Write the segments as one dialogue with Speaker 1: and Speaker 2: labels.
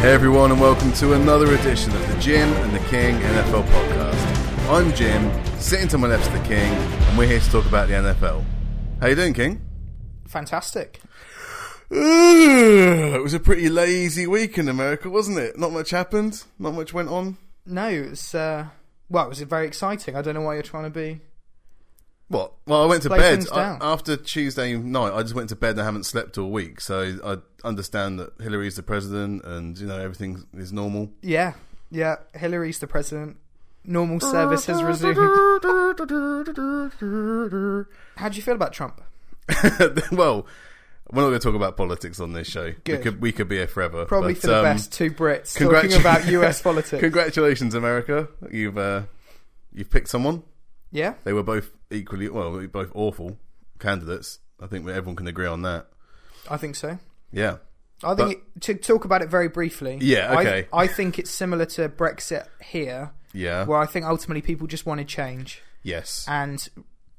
Speaker 1: Hey everyone, and welcome to another edition of the Jim and the King NFL podcast. I'm Jim, sitting to my left's the King, and we're here to talk about the NFL. How you doing, King?
Speaker 2: Fantastic.
Speaker 1: It was a pretty lazy week in America, wasn't it? Not much happened. Not much went on.
Speaker 2: No, it's uh, well, it was very exciting. I don't know why you're trying to be.
Speaker 1: What? Well, I went to
Speaker 2: Slow
Speaker 1: bed
Speaker 2: things
Speaker 1: I,
Speaker 2: down.
Speaker 1: after Tuesday night. I just went to bed and I haven't slept all week, so I understand that Hillary's the president, and you know everything is normal.
Speaker 2: Yeah, yeah. Hillary's the president. Normal service has resumed. How do you feel about Trump?
Speaker 1: well, we're not going to talk about politics on this show. We
Speaker 2: Good.
Speaker 1: could we could be here forever.
Speaker 2: Probably
Speaker 1: but,
Speaker 2: for the
Speaker 1: um,
Speaker 2: best. Two Brits
Speaker 1: congratu-
Speaker 2: talking about U.S. politics.
Speaker 1: Congratulations, America. You've uh, you've picked someone.
Speaker 2: yeah,
Speaker 1: They were both equally well, they were both awful candidates. I think we- everyone can agree on that.
Speaker 2: I think so.
Speaker 1: Yeah.
Speaker 2: I think it, to talk about it very briefly.
Speaker 1: Yeah,
Speaker 2: I-
Speaker 1: okay.
Speaker 2: I, think it's similar to Brexit here,
Speaker 1: Yeah.
Speaker 2: where I think ultimately people just wanted change,
Speaker 1: yes.
Speaker 2: and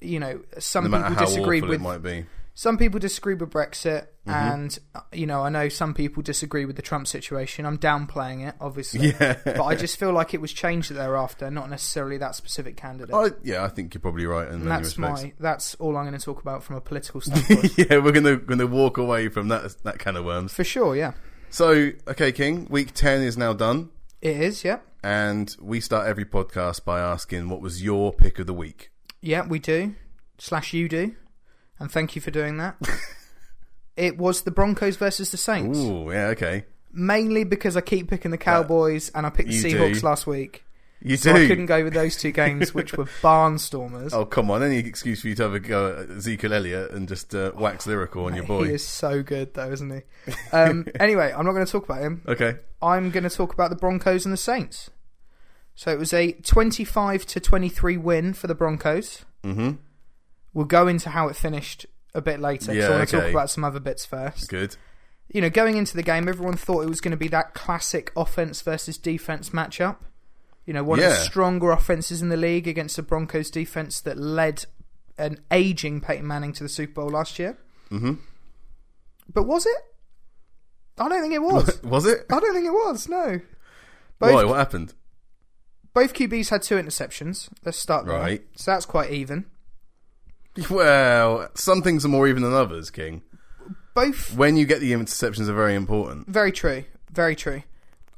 Speaker 2: you know, some
Speaker 1: No matter
Speaker 2: people
Speaker 1: how
Speaker 2: disagreed
Speaker 1: awful
Speaker 2: with
Speaker 1: it might be.
Speaker 2: some people disagree with Brexit,
Speaker 1: Mm-hmm.
Speaker 2: and uh, you know, I know some people disagree with the Trump situation. I'm downplaying it, obviously,
Speaker 1: Yeah.
Speaker 2: but I just feel like it was changed thereafter, not necessarily that specific candidate.
Speaker 1: I, yeah, I think you're probably right in
Speaker 2: and
Speaker 1: many
Speaker 2: that's
Speaker 1: respects.
Speaker 2: my that's all I'm going to talk about from a political standpoint,
Speaker 1: yeah, we're gonna gonna walk away from that that kind of worms.
Speaker 2: for sure. Yeah,
Speaker 1: So, okay, King, week ten is now done.
Speaker 2: it is. Yeah,
Speaker 1: and we start every podcast by asking what was your pick of the week.
Speaker 2: yeah, we do. Slash, you do, and thank you for doing that. it was the Broncos versus the Saints,
Speaker 1: Ooh, yeah, okay.
Speaker 2: mainly because I keep picking the Cowboys, and I picked the
Speaker 1: you
Speaker 2: Seahawks
Speaker 1: do.
Speaker 2: last week.
Speaker 1: You
Speaker 2: So I couldn't
Speaker 1: do.
Speaker 2: go with those two games, which were barnstormers.
Speaker 1: Oh come on! Any excuse for you to have a go at Ezekiel Elliott and just uh, wax lyrical on your
Speaker 2: He
Speaker 1: boy?
Speaker 2: is so good, though, isn't he? Um, anyway, I'm not going to talk about him.
Speaker 1: Okay.
Speaker 2: I'm going to talk about the Broncos and the Saints. So it was a 25 to 23 win for the Broncos.
Speaker 1: Mm-hmm.
Speaker 2: We'll go into how it finished a bit later. 'cause
Speaker 1: Yeah,
Speaker 2: I want to
Speaker 1: okay.
Speaker 2: talk about some other bits first.
Speaker 1: Good.
Speaker 2: You know, going into the game, everyone thought it was going to be that classic offense versus defense matchup. You know, one of
Speaker 1: Yeah.
Speaker 2: the stronger offenses in the league against the Broncos defense that led an aging Peyton Manning to the Super Bowl last year.
Speaker 1: Mm-hmm.
Speaker 2: But was it? I don't think it was.
Speaker 1: Was it?
Speaker 2: I don't think it was. No. Both
Speaker 1: Why? What happened?
Speaker 2: both QBs had two interceptions. Let's start there.
Speaker 1: Right.
Speaker 2: So that's quite even.
Speaker 1: Well, some things are more even than others, King.
Speaker 2: Both
Speaker 1: When you get the interceptions, are very important.
Speaker 2: very true. Very true.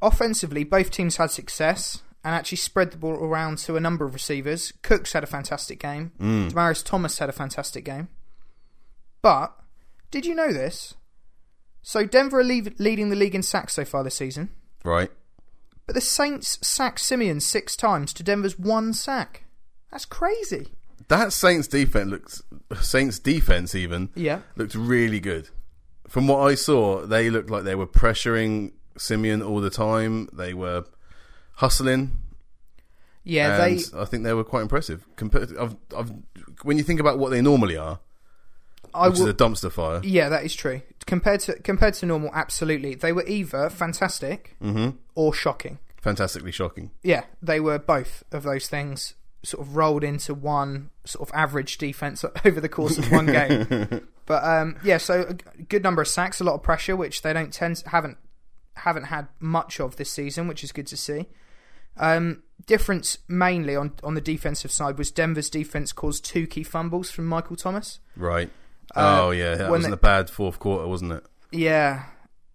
Speaker 2: Offensively, both teams had success and actually spread the ball around to a number of receivers. Cooks had a fantastic game.
Speaker 1: Mm.
Speaker 2: Damaris Thomas had a fantastic game. But did you know this? So Denver are leave- leading the league in sacks so far this season,
Speaker 1: Right.
Speaker 2: but the Saints sacked Simeon six times to Denver's one sack. That's crazy.
Speaker 1: That Saints defense looks Saints defense even
Speaker 2: Yeah.
Speaker 1: looked really good. From what I saw, they looked like they were pressuring Simeon all the time. They were hustling,
Speaker 2: Yeah,
Speaker 1: and
Speaker 2: they
Speaker 1: I think they were quite impressive. Compared, I've, I've, when you think about what they normally are,
Speaker 2: I
Speaker 1: which
Speaker 2: will,
Speaker 1: is a dumpster fire.
Speaker 2: Yeah, that is true. Compared to compared to normal, absolutely. They were either fantastic
Speaker 1: Mm-hmm.
Speaker 2: or shocking.
Speaker 1: Fantastically shocking.
Speaker 2: Yeah, they were both of those things sort of rolled into one sort of average defense over the course of one game. But um, yeah, so a g- good number of sacks, a lot of pressure, which they don't tend haven't haven't had much of this season, which is good to see. Um, difference mainly on on the defensive side was Denver's defense caused two key fumbles from Michael Thomas.
Speaker 1: Right.
Speaker 2: Uh,
Speaker 1: oh yeah, that
Speaker 2: when
Speaker 1: wasn't
Speaker 2: they-
Speaker 1: a bad fourth quarter, wasn't it?
Speaker 2: Yeah,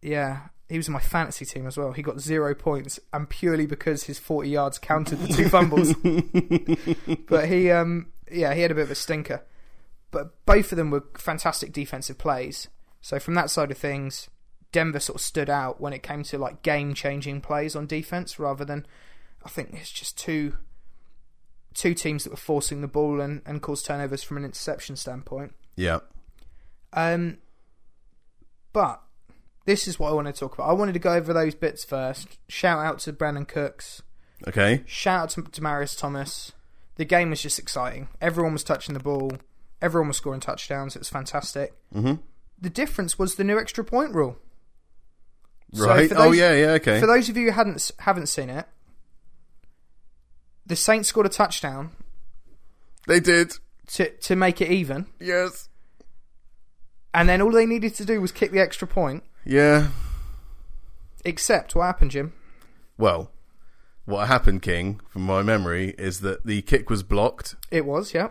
Speaker 2: yeah. He was in my fantasy team as well. He got zero points, and purely because his forty yards counted the two fumbles. but he, um, yeah, he had a bit of a stinker. But both of them were fantastic defensive plays. So from that side of things, Denver sort of stood out when it came to like game-changing plays on defense, rather than I think it's just two two teams that were forcing the ball and, and caused turnovers from an interception standpoint.
Speaker 1: Yeah.
Speaker 2: Um, but this is what I want to talk about. I wanted to go over those bits first. Shout out to Brandon Cooks.
Speaker 1: Okay.
Speaker 2: Shout out to Demarius Thomas. The game was just exciting. Everyone was touching the ball. Everyone was scoring touchdowns. It was fantastic.
Speaker 1: Mhm.
Speaker 2: The difference was the new extra point rule. So
Speaker 1: Right.
Speaker 2: for
Speaker 1: oh
Speaker 2: those-
Speaker 1: yeah. Yeah. Okay.
Speaker 2: For those of you who hadn't haven't seen it, the Saints scored a touchdown
Speaker 1: they did.
Speaker 2: to to make it even,
Speaker 1: Yes.
Speaker 2: and then all they needed to do was kick the extra point,
Speaker 1: Yeah.
Speaker 2: Except what happened, Jim?
Speaker 1: Well, what happened, King, from my memory, is that the kick was blocked
Speaker 2: It was, yeah.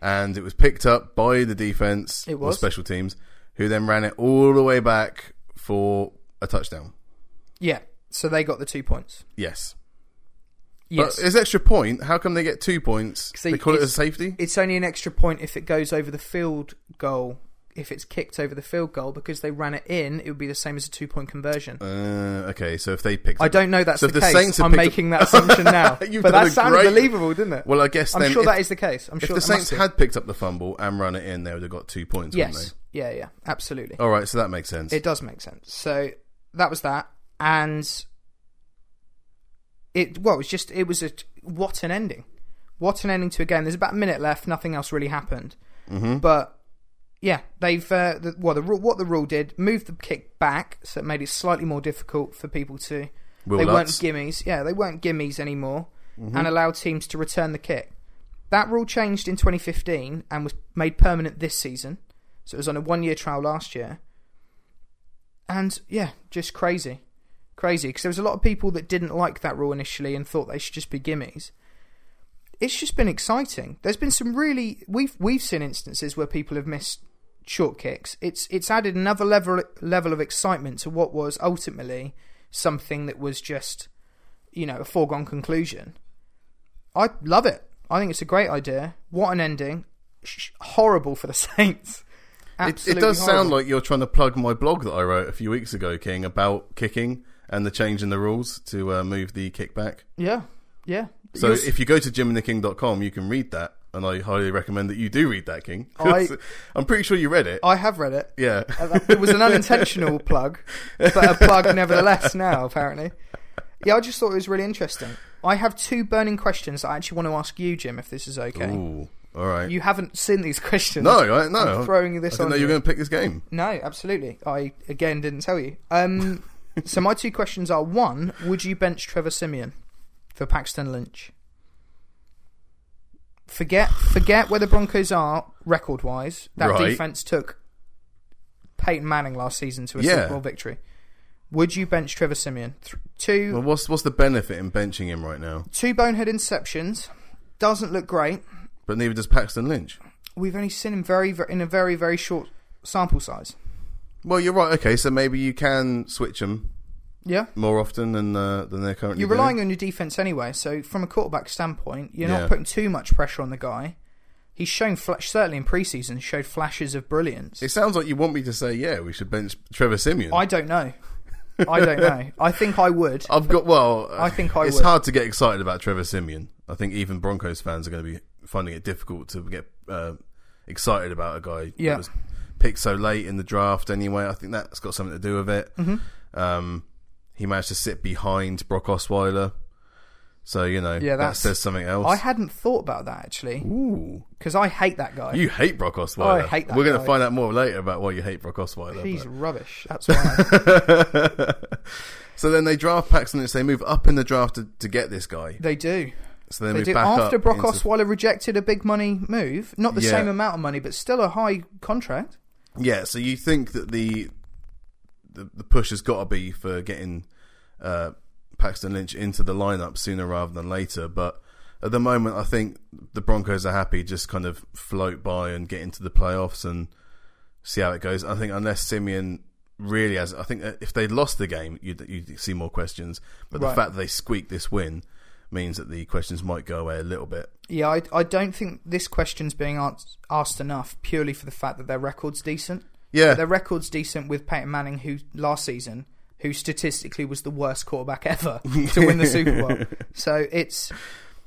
Speaker 1: and it was picked up by the defense
Speaker 2: It
Speaker 1: or
Speaker 2: was.
Speaker 1: special teams, who then ran it all the way back for a touchdown.
Speaker 2: Yeah. So they got the two points.
Speaker 1: Yes.
Speaker 2: Yes.
Speaker 1: But it's extra point. How come they get two points?
Speaker 2: See,
Speaker 1: they call it a
Speaker 2: it's-
Speaker 1: safety?
Speaker 2: it's only an extra point if it goes over the field goal. If it's kicked over the field goal because they ran it in, it would be the same as a two point conversion.
Speaker 1: Uh, okay, so if they picked
Speaker 2: I don't know that's
Speaker 1: So if
Speaker 2: the,
Speaker 1: the
Speaker 2: case.
Speaker 1: Saints had
Speaker 2: I'm
Speaker 1: picked up-
Speaker 2: making that assumption now.
Speaker 1: You've
Speaker 2: but
Speaker 1: done
Speaker 2: that
Speaker 1: a
Speaker 2: sounded
Speaker 1: great-
Speaker 2: believable, didn't it?
Speaker 1: Well, I guess
Speaker 2: I'm
Speaker 1: then
Speaker 2: sure
Speaker 1: if,
Speaker 2: that is the case. I'm
Speaker 1: if
Speaker 2: sure
Speaker 1: the
Speaker 2: that
Speaker 1: Saints
Speaker 2: must be.
Speaker 1: had picked up the fumble and run it in, they would have got two points,
Speaker 2: yes,
Speaker 1: wouldn't
Speaker 2: yeah, yeah, absolutely.
Speaker 1: they? All right, so that makes sense.
Speaker 2: It does make sense. So that was that, and it well, it was just it was a what an ending, what an ending to a game. There's about a minute left. Nothing else really happened, but yeah, they've uh, the, well the rule, what the rule did moved the kick back, so it made it slightly more difficult for people to.
Speaker 1: Will
Speaker 2: they
Speaker 1: Lutz. Mm-hmm.
Speaker 2: weren't gimmies, yeah, they weren't gimmies anymore, and allowed teams to return the kick. That rule changed in 2015 and was made permanent this season. So it was on a one-year trial last year and yeah, just crazy, crazy. Because there was a lot of people that didn't like that rule initially and thought they should just be gimmies. It's just been exciting. There's been some really we've we've seen instances where people have missed short kicks. It's it's added another level level of excitement to what was ultimately something that was just you know a foregone conclusion. I love it. I think it's a great idea. What an ending! Sh- horrible for the Saints.
Speaker 1: It, it
Speaker 2: Absolutely
Speaker 1: does
Speaker 2: horrible.
Speaker 1: sound like you're trying to plug my blog that I wrote a few weeks ago, King, about kicking and the change in the rules to uh, move the kickback.
Speaker 2: yeah, yeah.
Speaker 1: So
Speaker 2: You're-
Speaker 1: if you go to jimandtheking.com, you can read that, and I highly recommend that you do read that, King.
Speaker 2: I-
Speaker 1: am pretty sure you read it.
Speaker 2: I have read it.
Speaker 1: yeah.
Speaker 2: It was an unintentional plug, but a plug nevertheless now, apparently. Yeah, I just thought it was really interesting. I have two burning questions that I actually want to ask you, Jim, if this is okay.
Speaker 1: Ooh, all right.
Speaker 2: You haven't seen these questions.
Speaker 1: no, I, no.
Speaker 2: I'm throwing this
Speaker 1: I didn't
Speaker 2: on
Speaker 1: know you
Speaker 2: you.
Speaker 1: were going to pick this game.
Speaker 2: No, absolutely. I, again, didn't tell you. Um, so my two questions are one, would you bench Trevor Simeon for Paxton Lynch? Forget forget where the Broncos are record wise. That
Speaker 1: Right.
Speaker 2: defense took Peyton Manning last season to a
Speaker 1: Yeah.
Speaker 2: Super Bowl victory. Would you bench Trevor Simeon? Th- two
Speaker 1: Well, what's what's the benefit in benching him right now?
Speaker 2: two bonehead interceptions. Doesn't look great.
Speaker 1: But neither does Paxton Lynch.
Speaker 2: We've only seen him very, very in a very very short sample size.
Speaker 1: Well, you're right. Okay, so maybe you can switch them
Speaker 2: Yeah.
Speaker 1: more often than uh, than they're currently.
Speaker 2: You're
Speaker 1: doing.
Speaker 2: relying on your defense anyway, so from a quarterback standpoint, you're
Speaker 1: Yeah.
Speaker 2: not putting too much pressure on the guy. He's shown flash, certainly in preseason showed flashes of brilliance.
Speaker 1: It sounds like you want me to say, yeah, we should bench Trevor Simeon.
Speaker 2: I don't know. I don't know. I think I would.
Speaker 1: I've got well.
Speaker 2: I think I
Speaker 1: It's
Speaker 2: would.
Speaker 1: hard to get excited about Trevor Simeon. I think even Broncos fans are going to be finding it difficult to get uh, excited about a guy
Speaker 2: Yeah.
Speaker 1: that was picked so late in the draft. Anyway, I think that's got something to do with it.
Speaker 2: Mm-hmm.
Speaker 1: Um, he managed to sit behind Brock Osweiler, so you know
Speaker 2: Yeah,
Speaker 1: that
Speaker 2: that's-
Speaker 1: says something else.
Speaker 2: I hadn't thought about that actually
Speaker 1: Ooh,
Speaker 2: because I hate that guy.
Speaker 1: you hate Brock Osweiler.
Speaker 2: I hate that
Speaker 1: We're going to
Speaker 2: guy.
Speaker 1: find out more later about why you hate Brock Osweiler.
Speaker 2: He's
Speaker 1: but-
Speaker 2: rubbish. That's why.
Speaker 1: so then they draft Paxton Lynch. They move up in the draft to, to get this guy.
Speaker 2: they do.
Speaker 1: So then
Speaker 2: They
Speaker 1: we
Speaker 2: do.
Speaker 1: back
Speaker 2: After
Speaker 1: up
Speaker 2: Brock
Speaker 1: into-
Speaker 2: Osweiler rejected a big money move, not the
Speaker 1: Yeah.
Speaker 2: same amount of money, but still a high contract.
Speaker 1: Yeah, so you think that the the, the push has got to be for getting uh, Paxton Lynch into the lineup sooner rather than later, but at the moment, I think the Broncos are happy just kind of float by and get into the playoffs and see how it goes. I think unless Simeon really has, I think that if they lost the game, you'd, you'd see more questions. But the
Speaker 2: Right.
Speaker 1: fact that they squeaked this win means that the questions might go away a little bit.
Speaker 2: Yeah, I, I don't think this question's being ans- asked enough purely for the fact that their record's decent.
Speaker 1: Yeah,
Speaker 2: Their record's decent with Peyton Manning, who last season, who statistically was the worst quarterback ever to win the Super Bowl. So it's,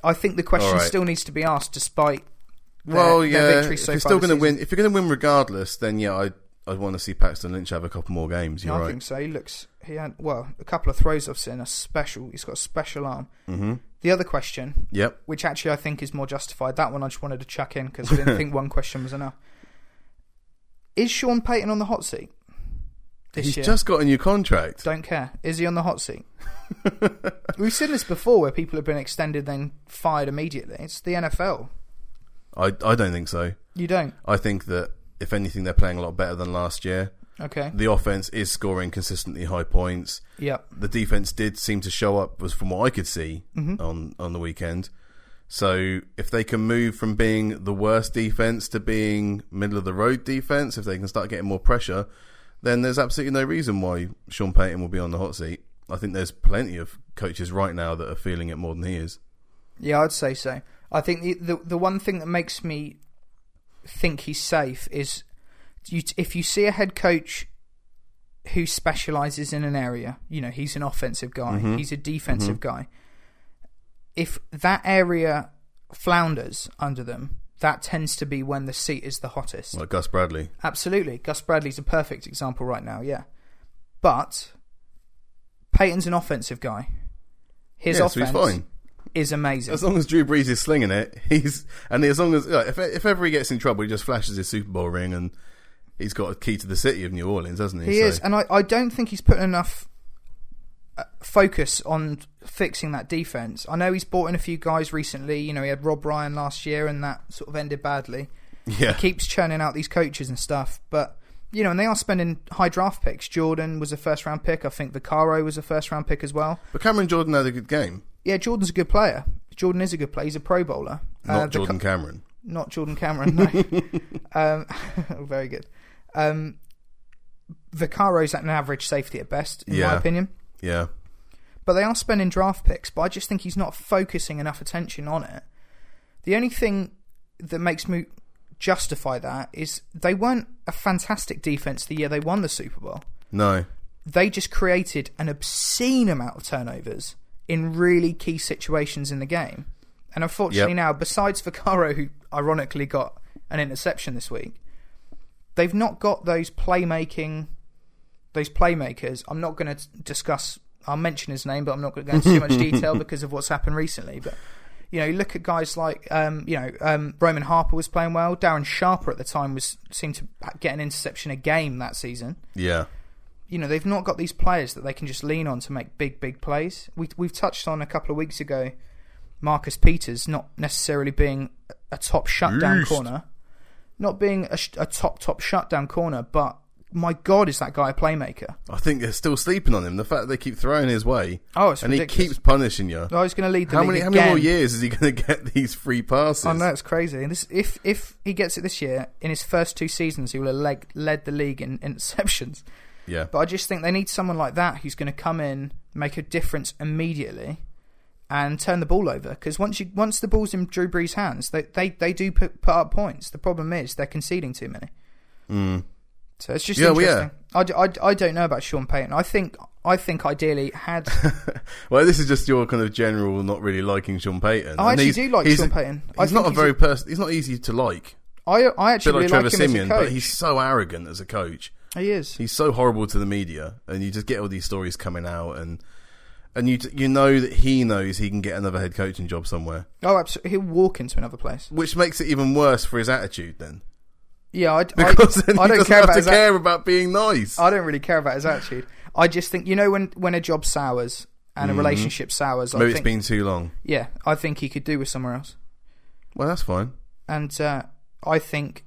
Speaker 2: I think the question
Speaker 1: All right.
Speaker 2: still needs to be asked, despite their,
Speaker 1: Well, yeah.
Speaker 2: their victory
Speaker 1: if
Speaker 2: so
Speaker 1: you're
Speaker 2: far
Speaker 1: still
Speaker 2: this
Speaker 1: going to
Speaker 2: season.
Speaker 1: win, if you're going to win regardless, then yeah, I I want to see Paxton Lynch have a couple more games. You're
Speaker 2: I
Speaker 1: right.
Speaker 2: think so. He looks he had well a couple of throws I've seen are special. He's got a special arm.
Speaker 1: Mm-hmm.
Speaker 2: The other question,
Speaker 1: Yep.
Speaker 2: which actually I think is more justified, that one I just wanted to chuck in because I didn't think one question was enough. Is Sean Payton on the hot seat this
Speaker 1: He's
Speaker 2: year?
Speaker 1: just got a new contract.
Speaker 2: Don't care. Is he on the hot seat? We've seen this before where people have been extended then fired immediately. It's the NFL.
Speaker 1: I I don't think so.
Speaker 2: You don't.
Speaker 1: I think that if anything, they're playing a lot better than last year.
Speaker 2: Okay.
Speaker 1: The offense is scoring consistently high points.
Speaker 2: Yep.
Speaker 1: The defense did seem to show up, was from what I could see
Speaker 2: Mm-hmm.
Speaker 1: on on the weekend. So if they can move from being the worst defense to being middle of the road defense, if they can start getting more pressure, then there's absolutely no reason why Sean Payton will be on the hot seat. I think there's plenty of coaches right now that are feeling it more than he is.
Speaker 2: Yeah, I'd say so. I think the, the the one thing that makes me think he's safe is you, if you see a head coach who specializes in an area, you know, he's an offensive guy, he's a defensive guy. If that area flounders under them, that tends to be when the seat is the hottest.
Speaker 1: Like Gus Bradley.
Speaker 2: Absolutely. Gus Bradley's a perfect example right now, yeah. But Peyton's an offensive guy. His
Speaker 1: Yeah, so
Speaker 2: offense
Speaker 1: he's fine.
Speaker 2: is amazing.
Speaker 1: As long as Drew Brees is slinging it, he's and as long as like, if if ever he gets in trouble, he just flashes his Super Bowl ring and he's got a key to the city of New Orleans, hasn't he?
Speaker 2: He
Speaker 1: So-
Speaker 2: is, and I, I don't think he's put enough uh, focus on fixing that defense. I know he's bought in a few guys recently. You know, he had Rob Ryan last year, and that sort of ended badly.
Speaker 1: Yeah,
Speaker 2: Keeps churning out these coaches and stuff, but you know, and they are spending high draft picks. Jordan was a first round pick. I think Vaccaro was a first round pick as well.
Speaker 1: but Cameron Jordan had a good game.
Speaker 2: Yeah, Jordan's a good player. Jordan is a good player. He's a Pro Bowler.
Speaker 1: Not
Speaker 2: Uh, the
Speaker 1: Jordan Cameron.
Speaker 2: not Jordan Cameron. No. um, very good. Um, Vaccaro's an average safety at best, in my
Speaker 1: Yeah.
Speaker 2: opinion.
Speaker 1: Yeah,
Speaker 2: But they are spending draft picks, but I just think he's not focusing enough attention on it. The only thing that makes me justify that is they weren't a fantastic defense the year they won the Super Bowl.
Speaker 1: no,
Speaker 2: They just created an obscene amount of turnovers in really key situations in the game. And unfortunately
Speaker 1: Yep.
Speaker 2: now, besides Vaccaro, who ironically got an interception this week, they've not got those playmaking, those playmakers. I'm not going to discuss. I'll mention his name, but I'm not going to go into too much detail because of what's happened recently. But you know, you look at guys like um, you know um, Roman Harper was playing well. Darren Sharper at the time was seemed to get an interception a game that season.
Speaker 1: yeah,
Speaker 2: You know, they've not got these players that they can just lean on to make big, big plays. We we've touched on a couple of weeks ago. Marcus Peters not necessarily being a top shutdown
Speaker 1: Beast.
Speaker 2: corner, not being a, sh- a top top shutdown corner, but my God, is that guy a playmaker?
Speaker 1: I think they're still sleeping on him. The fact that they keep throwing his way,
Speaker 2: Oh, it's
Speaker 1: and he
Speaker 2: ridiculous.
Speaker 1: keeps punishing you.
Speaker 2: I was going to lead the
Speaker 1: How
Speaker 2: league
Speaker 1: many how
Speaker 2: again.
Speaker 1: many more years is he going to get these free passes?
Speaker 2: I know it's crazy. And this, if if he gets it this year, in his first two seasons, he will have leg, led the league in interceptions.
Speaker 1: Yeah,
Speaker 2: But I just think they need someone like that who's going to come in, make a difference immediately, and turn the ball over. Because once you once the ball's in Drew Brees' hands, they they, they do put, put up points. The problem is they're conceding too many. So it's just
Speaker 1: Hmm. Yeah, well,
Speaker 2: interesting. I, d- I d- I don't know about Sean Payton. I think I think ideally had
Speaker 1: Well, this is just your kind of general not really liking Sean Payton. And
Speaker 2: I actually
Speaker 1: he's-
Speaker 2: do like
Speaker 1: he's-
Speaker 2: Sean Payton. I
Speaker 1: He's not
Speaker 2: think
Speaker 1: a
Speaker 2: he's a-
Speaker 1: very person. He's not easy to like.
Speaker 2: I I
Speaker 1: A bit
Speaker 2: actually
Speaker 1: like
Speaker 2: really
Speaker 1: Trevor
Speaker 2: like him
Speaker 1: Simeon,
Speaker 2: as a coach.
Speaker 1: but he's so arrogant as a coach.
Speaker 2: he is.
Speaker 1: He's so horrible to the media, and you just get all these stories coming out, and and you you know that he knows he can get another head coaching job somewhere,
Speaker 2: Oh, absolutely. He'll walk into another place.
Speaker 1: which makes it even worse for his attitude. Then
Speaker 2: Yeah, I, I,
Speaker 1: because then he
Speaker 2: I don't
Speaker 1: doesn't
Speaker 2: care
Speaker 1: have
Speaker 2: about
Speaker 1: to
Speaker 2: his.
Speaker 1: care about being nice.
Speaker 2: I don't really care about his attitude. I just think you know when when a job sours and a relationship sours. I
Speaker 1: Mm-hmm. Maybe
Speaker 2: think
Speaker 1: it's been too long.
Speaker 2: yeah, I think he could do with somewhere else.
Speaker 1: Well, that's fine.
Speaker 2: And uh, I think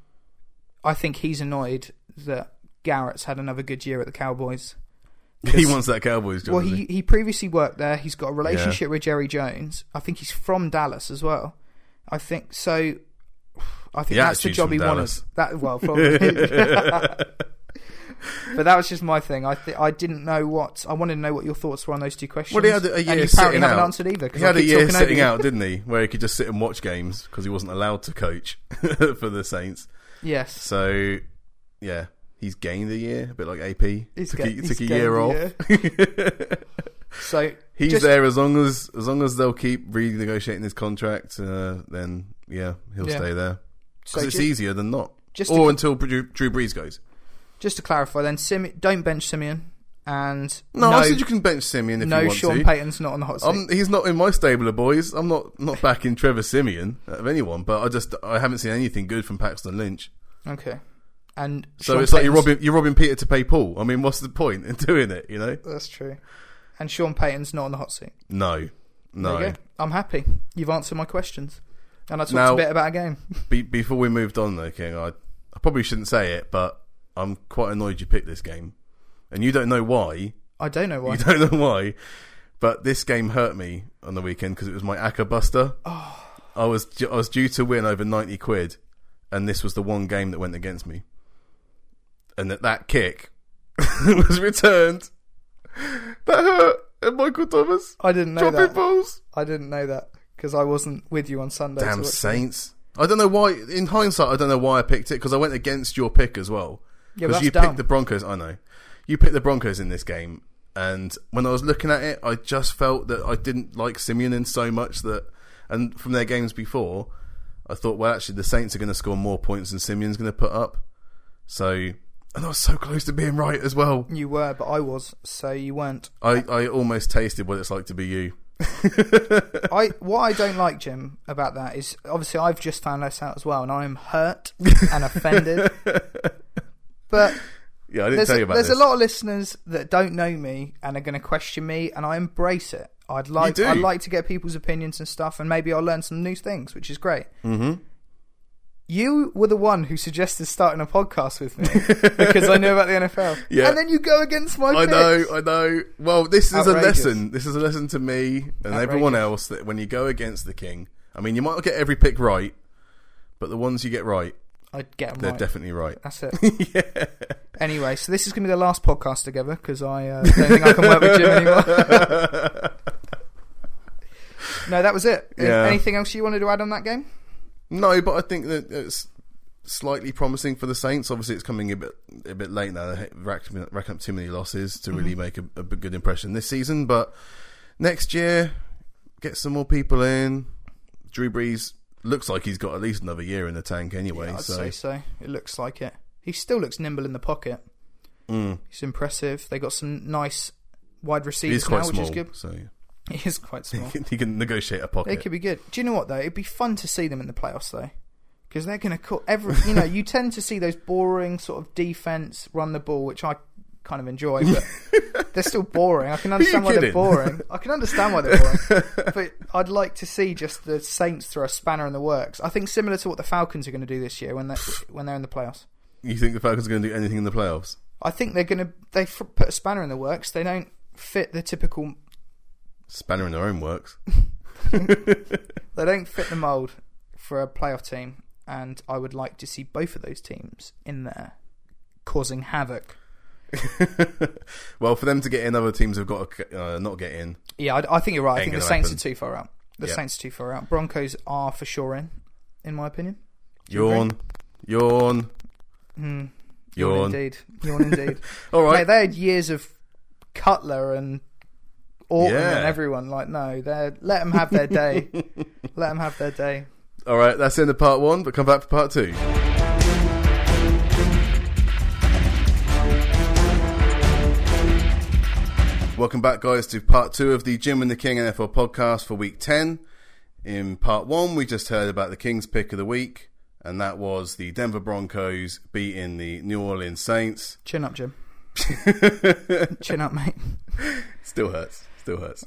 Speaker 2: I think he's annoyed that Garrett's had another good year at the Cowboys.
Speaker 1: He wants that Cowboys job.
Speaker 2: Well,
Speaker 1: doesn't
Speaker 2: he he previously worked there. He's got a relationship with Jerry Jones. I think he's from Dallas as well. I think so. I
Speaker 1: The
Speaker 2: think that's the
Speaker 1: attitude's
Speaker 2: job
Speaker 1: from
Speaker 2: he
Speaker 1: Dallas.
Speaker 2: wanted. That well, probably. but that was just my thing. I th- I didn't know what I wanted to know what your thoughts were on those two questions.
Speaker 1: Well, he had a
Speaker 2: and
Speaker 1: year
Speaker 2: you apparently
Speaker 1: sitting
Speaker 2: haven't
Speaker 1: out.
Speaker 2: answered either. 'cause
Speaker 1: He
Speaker 2: I
Speaker 1: had a
Speaker 2: keep
Speaker 1: year
Speaker 2: talking over
Speaker 1: sitting
Speaker 2: you.
Speaker 1: out, didn't he? Where he could just sit and watch games because he wasn't allowed to coach for the Saints.
Speaker 2: Yes,
Speaker 1: So, yeah, he's gained a year, a bit like AP.
Speaker 2: He's
Speaker 1: took
Speaker 2: ga-
Speaker 1: a,
Speaker 2: he's
Speaker 1: took a
Speaker 2: gained
Speaker 1: year
Speaker 2: a
Speaker 1: off.
Speaker 2: year. so
Speaker 1: He's
Speaker 2: just-
Speaker 1: there as long as as long as they'll keep renegotiating his contract. Uh, then yeah, he'll
Speaker 2: Yeah.
Speaker 1: stay there
Speaker 2: So
Speaker 1: because it's
Speaker 2: ju-
Speaker 1: easier than not.
Speaker 2: just
Speaker 1: or
Speaker 2: to-
Speaker 1: until Drew, Drew Brees goes.
Speaker 2: Just to clarify, then, Sim- don't bench Simeon and
Speaker 1: No,
Speaker 2: no,
Speaker 1: I said you can bench Simeon if
Speaker 2: no
Speaker 1: you want
Speaker 2: Sean
Speaker 1: to.
Speaker 2: Payton's not on the hot seat.
Speaker 1: I'm, he's not in my stable of boys. I'm not not backing Trevor Simeon out of anyone, but I just I haven't seen anything good from Paxton Lynch.
Speaker 2: okay, and
Speaker 1: So
Speaker 2: Sean
Speaker 1: it's like you're
Speaker 2: Payton's-
Speaker 1: robbing you're robbing Peter to pay Paul. I mean, what's the point in doing it? You know?
Speaker 2: That's true. And Sean Payton's not on the hot seat.
Speaker 1: No,
Speaker 2: There you
Speaker 1: no.
Speaker 2: go. I'm happy. You've answered my questions. And I talked
Speaker 1: Now-
Speaker 2: a bit about a game.
Speaker 1: Be- before we moved on, though, King, I I probably shouldn't say it, but I'm quite annoyed you picked this game, and you don't know why.
Speaker 2: I don't know why.
Speaker 1: You don't know why, but this game hurt me on the weekend because it was my Acker Buster.
Speaker 2: Oh.
Speaker 1: I was I was due to win over ninety quid, and this was the one game that went against me. And that that kick was returned. That hurt. And Michael Thomas
Speaker 2: I didn't know
Speaker 1: dropping
Speaker 2: that.
Speaker 1: balls.
Speaker 2: I didn't know that because I wasn't with you on Sunday.
Speaker 1: Damn
Speaker 2: to watch-
Speaker 1: Saints. I don't know why. In hindsight, I don't know why I picked it because I went against your pick as well.
Speaker 2: Yeah, but
Speaker 1: Because
Speaker 2: that's
Speaker 1: you
Speaker 2: dumb.
Speaker 1: picked the Broncos. I know. You picked the Broncos in this game, and when I was looking at it, I just felt that I didn't like Simeonin so much that, and from their games before, I thought, well, actually, the Saints are going to score more points than Simeon's going to put up. So, and I was so close to being right as well.
Speaker 2: You were, but I was, so you weren't.
Speaker 1: I, I almost tasted what it's like to be you.
Speaker 2: I what I don't like, Jim, about that is obviously I've just found this out as well, and I am hurt and offended. But
Speaker 1: Yeah, I didn't
Speaker 2: there's,
Speaker 1: tell you about
Speaker 2: there's
Speaker 1: this.
Speaker 2: a lot of listeners that don't know me and are going to question me, and I embrace it. I'd like
Speaker 1: do.
Speaker 2: I'd like to get people's opinions and stuff, and maybe I'll learn some new things, which is great. Mm-hmm. You were the one who suggested starting a podcast with me because I knew about the NFL.
Speaker 1: Yeah.
Speaker 2: and then you go against my.
Speaker 1: I
Speaker 2: picks.
Speaker 1: know, I know. Well, this is
Speaker 2: Outrageous.
Speaker 1: a lesson. This is a lesson to me and everyone else that when you go against the king, I mean, you might not get every pick right, but the ones you get right,
Speaker 2: I get 'em
Speaker 1: they're
Speaker 2: right.
Speaker 1: definitely right.
Speaker 2: That's it. Anyway, so this is going to be the last podcast together because I uh, don't think I can work with Jim anymore. no, that was it.
Speaker 1: Yeah.
Speaker 2: Anything else you wanted to add on that game?
Speaker 1: No, but I think that it's slightly promising for the Saints. Obviously, it's coming a bit a bit late now. They racked racked up too many losses to
Speaker 2: Mm-hmm.
Speaker 1: really make a, a b- good impression this season. But next year, get some more people in. Drew Brees looks like he's got at least another year in the tank anyway.
Speaker 2: I'd
Speaker 1: so
Speaker 2: say so. It looks like it. He still looks nimble in the pocket.
Speaker 1: Mm.
Speaker 2: He's impressive. They got some nice wide
Speaker 1: he's
Speaker 2: receivers now,
Speaker 1: quite
Speaker 2: which is
Speaker 1: small.
Speaker 2: good.
Speaker 1: So
Speaker 2: He is quite small.
Speaker 1: he can negotiate a
Speaker 2: they
Speaker 1: pocket.
Speaker 2: could be good. Do you know what though? It'd be fun to see them in the playoffs though, because they're going to cut every. You know, you tend to see those boring sort of defense run the ball, which I kind of enjoy, but they're still boring. I can understand why they're
Speaker 1: kidding?
Speaker 2: boring. I can understand why they're boring, but I'd like to see just the Saints throw a spanner in the works. I think similar to what the Falcons are going to do this year when they when they're in the playoffs.
Speaker 1: You think the Falcons are going to do anything in the playoffs?
Speaker 2: I think they're going to they f- put a spanner in the works. They don't fit the typical.
Speaker 1: Spanner in their own works.
Speaker 2: They don't fit the mold for a playoff team, and I would like to see both of those teams in there causing havoc.
Speaker 1: well, for them to get in, other teams have got to uh, not get in.
Speaker 2: Yeah, I, I think you're right. I
Speaker 1: Ain't
Speaker 2: think the
Speaker 1: gonna
Speaker 2: Saints
Speaker 1: happen.
Speaker 2: are too far out. The
Speaker 1: Yeah.
Speaker 2: Saints are too far out. Broncos are for sure in, in my opinion.
Speaker 1: Yawn, yawn, yawn.
Speaker 2: indeed. Hmm. Yawn indeed.
Speaker 1: All right,
Speaker 2: Mate, they had years of Cutler and Orton
Speaker 1: Yeah.
Speaker 2: and everyone. Like, no, they're let them have their day. let them have their day.
Speaker 1: all right. That's the end of part one, but come back for part two. Welcome back, guys, to part two of the Jim and the King NFL podcast for week 10. In part one, we just heard about the King's pick of the week, and that was the Denver Broncos beating the New Orleans Saints.
Speaker 2: Chin up, Jim. Chin up, mate.
Speaker 1: Still hurts. Still hurts.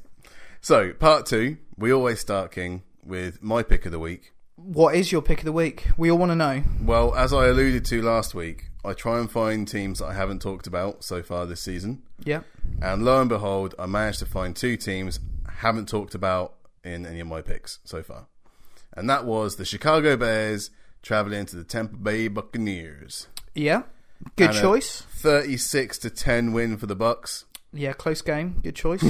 Speaker 1: So, part two, we always start, King, with my pick of the week.
Speaker 2: What is your pick of the week? We all want to know.
Speaker 1: Well, as I alluded to last week, I try and find teams that I haven't talked about so far this season.
Speaker 2: Yep.
Speaker 1: And lo and behold, I managed to find two teams I haven't talked about in any of my picks so far. And that was the Chicago Bears traveling to the Tampa Bay Buccaneers.
Speaker 2: Yeah. Good
Speaker 1: And uh, a
Speaker 2: choice.
Speaker 1: 36 to 10 win for the Bucks.
Speaker 2: Yeah, close game. Good choice.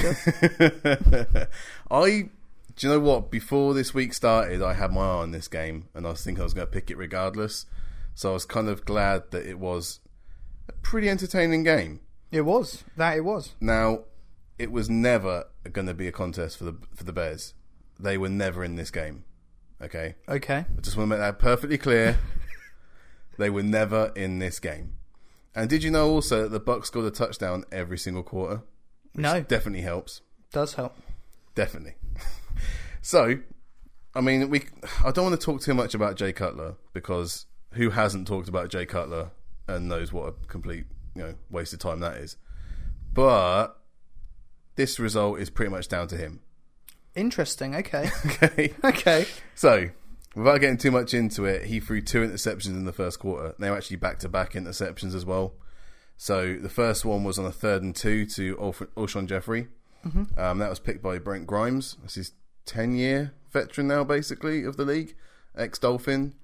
Speaker 2: Yeah.
Speaker 1: I, do you know what? Before this week started, I had my eye on this game, and I was thinking I was going to pick it regardless. So I was kind of glad that it was a pretty entertaining game.
Speaker 2: it was. That it was.
Speaker 1: Now, it was never going to be a contest for the for the Bears. They were never in this game. Okay,
Speaker 2: Okay.
Speaker 1: I just want to make that perfectly clear. they were never in this game. And did you know also that the Bucks scored a touchdown every single quarter?
Speaker 2: No,
Speaker 1: Definitely helps.
Speaker 2: does help.
Speaker 1: Definitely. so, I mean, we. I don't want to talk too much about Jay Cutler because who hasn't talked about Jay Cutler and knows what a complete you know waste of time that is. But this result is pretty much down to him.
Speaker 2: Interesting. Okay.
Speaker 1: Okay.
Speaker 2: okay.
Speaker 1: so, without getting too much into it, he threw two interceptions in the first quarter. They were actually back to back interceptions as well. So the first one was on a third and two to Alf- Alshon Jeffrey.
Speaker 2: Mm-hmm.
Speaker 1: Um, that was picked by Brent Grimes. That's his 10 year veteran now, basically, of the league, ex Dolphin.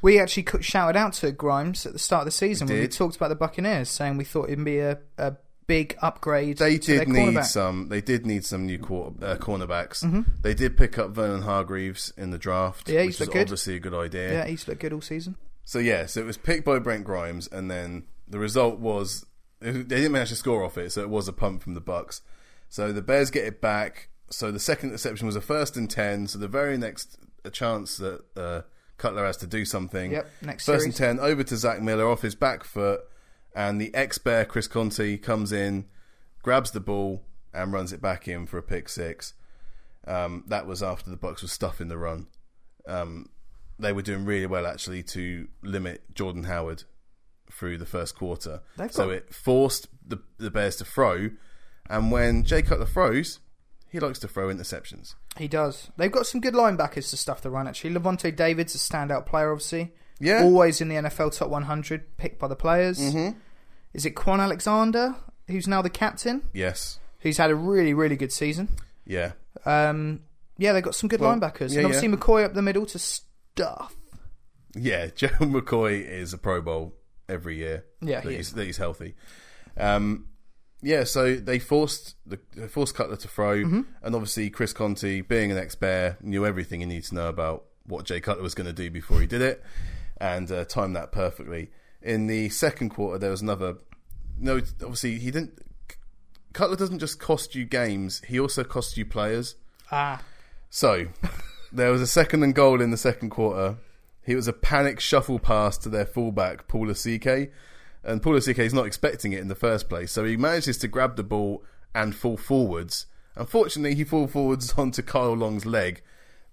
Speaker 2: We actually co- shouted out to Grimes at the start of the season when we
Speaker 1: did.
Speaker 2: talked about the Buccaneers, saying we thought it'd be a, a big upgrade.
Speaker 1: They did
Speaker 2: to their
Speaker 1: need
Speaker 2: cornerback. Mm-hmm.
Speaker 1: some. They did need some new quarter, uh, cornerbacks. They did pick up Vernon Hargreaves in the draft,
Speaker 2: Yeah, he's
Speaker 1: which was
Speaker 2: looked good.
Speaker 1: obviously a good idea.
Speaker 2: Yeah, he's looked good all season.
Speaker 1: So yeah, so it was picked by Brent Grimes, and then the result was they didn't manage to score off it, so it was a pump from the Bucks. So the Bears get it back. So the second interception was a first and ten. So the very next a chance that uh, Cutler has to do something.
Speaker 2: Yep, next
Speaker 1: first
Speaker 2: series.
Speaker 1: and ten over to Zach Miller off his back foot, and the ex-Bear Chris Conti comes in, grabs the ball, and runs it back in for a pick six. Um, that was after the Bucks were stuffing the run. Um, they were doing really well actually to limit Jordan Howard through the first quarter.
Speaker 2: They've
Speaker 1: so
Speaker 2: got-
Speaker 1: it forced the the Bears to throw, and when Jay Cutler throws, he likes to throw interceptions.
Speaker 2: He does. They've got some good linebackers to stuff the run, actually. Levante David's a standout player, obviously.
Speaker 1: Yeah, Mm-hmm.
Speaker 2: Always in the NFL top 100, picked by the players. Is it Quan Alexander, who's now the captain,
Speaker 1: yes,
Speaker 2: who's had a really, really good season?
Speaker 1: yeah.
Speaker 2: Um, yeah, they've got some good
Speaker 1: Well,
Speaker 2: linebackers.
Speaker 1: yeah,
Speaker 2: and obviously, McCoy up the middle to stuff.
Speaker 1: Yeah, Joe McCoy is a Pro Bowl every year.
Speaker 2: Yeah,
Speaker 1: that
Speaker 2: he
Speaker 1: he's, that he's healthy. Um, yeah, so they forced the they forced Cutler to throw,
Speaker 2: Mm-hmm.
Speaker 1: and obviously Chris Conti, being an ex-bear, knew everything he needed to know about what Jay Cutler was going to do before he did it, and uh, timed that perfectly. In the second quarter, there was another. No, obviously he didn't. Cutler doesn't just cost you games; he also costs you players.
Speaker 2: Ah,
Speaker 1: So there was a second and goal in the second quarter. He was a panic shuffle pass to their fullback, Paula CK. And Paula CK is not expecting it in the first place. So he manages to grab the ball and fall forwards. Unfortunately, he fall forwards onto Kyle Long's leg,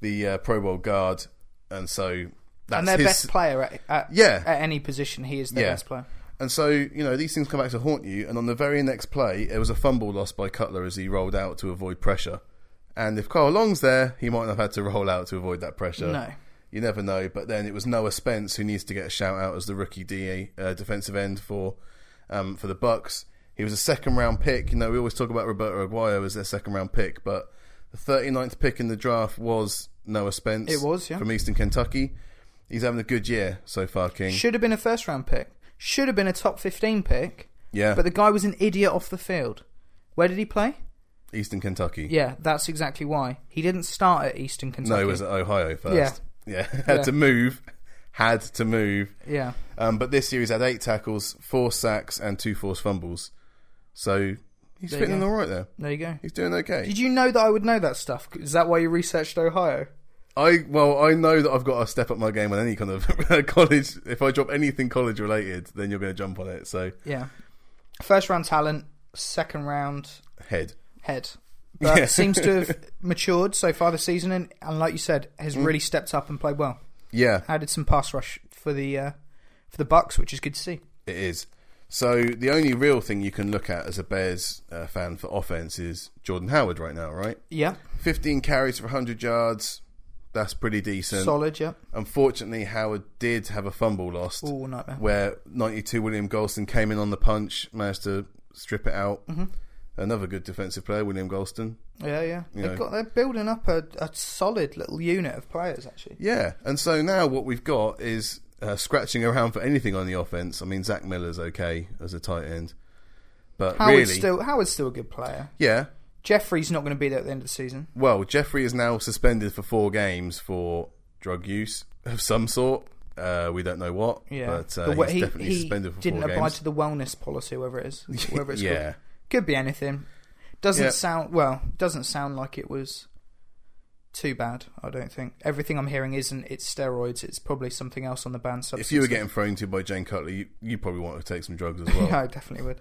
Speaker 1: the uh, Pro Bowl guard. And so that's
Speaker 2: and their
Speaker 1: his,
Speaker 2: best player at, at,
Speaker 1: Yeah.
Speaker 2: at any position, he is their
Speaker 1: Yeah.
Speaker 2: best player.
Speaker 1: And so, you know, these things come back to haunt you. And on the very next play, it was a fumble lost by Cutler as he rolled out to avoid pressure. And if Carl Long's there, he might not have had to roll out to avoid that pressure.
Speaker 2: No.
Speaker 1: You never know. But then it was Noah Spence who needs to get a shout out as the rookie DA uh, defensive end for um, for the Bucks. He was a second round pick. You know, we always talk about Roberto Aguayo as their second round pick, but the 39th pick in the draft was Noah Spence.
Speaker 2: It was, yeah.
Speaker 1: From Eastern Kentucky. He's having a good year so far, King.
Speaker 2: Should have been a first round pick. Should have been a top 15 pick.
Speaker 1: yeah.
Speaker 2: But the guy was an idiot off the field. Where did he play?
Speaker 1: Eastern Kentucky.
Speaker 2: Yeah, that's exactly why. He didn't start at Eastern Kentucky.
Speaker 1: No, it was at Ohio first. Yeah, had
Speaker 2: Yeah.
Speaker 1: to move, had to move.
Speaker 2: Yeah.
Speaker 1: Um, but this year he's had eight tackles, four sacks, and two forced fumbles. So he's
Speaker 2: There you
Speaker 1: fitting in
Speaker 2: go.
Speaker 1: all right there.
Speaker 2: There you go.
Speaker 1: He's doing okay.
Speaker 2: Did you know that I would know that stuff? Is that why you researched Ohio?
Speaker 1: I well, I know that I've got to step up my game on any kind of college. If I drop anything college related, then you're going to jump on it. So
Speaker 2: Yeah. First round talent, second round
Speaker 1: head.
Speaker 2: head. But
Speaker 1: Yeah.
Speaker 2: seems to have matured so far this season, and, and like you said, has
Speaker 1: Mm.
Speaker 2: really stepped up and played well.
Speaker 1: Yeah,
Speaker 2: Added some pass rush for the uh, for the Bucks, which is good to see.
Speaker 1: It is. So the only real thing you can look at as a Bears uh, fan for offense is Jordan Howard right now, right?
Speaker 2: Yeah,
Speaker 1: 15 carries for 100 yards. That's pretty decent.
Speaker 2: solid. Yeah.
Speaker 1: Unfortunately, Howard did have a fumble lost
Speaker 2: Oh nightmare.
Speaker 1: where 92 William Golston came in on the punch, managed to strip it out.
Speaker 2: Mm-hmm.
Speaker 1: Another good defensive player, William Golston.
Speaker 2: Yeah, yeah.
Speaker 1: You know.
Speaker 2: They've got they're building up a, a solid little unit of players actually.
Speaker 1: Yeah, and so now what we've got is uh, scratching around for anything on the offense. I mean, Zach Miller's okay as a tight end, but
Speaker 2: Howard's
Speaker 1: really,
Speaker 2: still Howard's still a good player.
Speaker 1: yeah.
Speaker 2: Jeffrey's not going to be there at the end of the season.
Speaker 1: Well, Jeffrey is now suspended for four games for drug use of some sort. Uh, we don't know what,
Speaker 2: Yeah,
Speaker 1: but uh,
Speaker 2: The wa-
Speaker 1: he's
Speaker 2: he,
Speaker 1: definitely
Speaker 2: he
Speaker 1: suspended for
Speaker 2: didn't
Speaker 1: four
Speaker 2: abide
Speaker 1: games.
Speaker 2: to the wellness policy, whatever it is. Whatever it's
Speaker 1: yeah,
Speaker 2: called. could be anything. Doesn't
Speaker 1: Yeah.
Speaker 2: sound well. Doesn't sound like it was too bad. I don't think everything I'm hearing isn't it's steroids. It's probably something else on the banned substance.
Speaker 1: if you were getting thrown to by Jane Cutler, you, you probably want to take some drugs as well.
Speaker 2: yeah, I definitely would.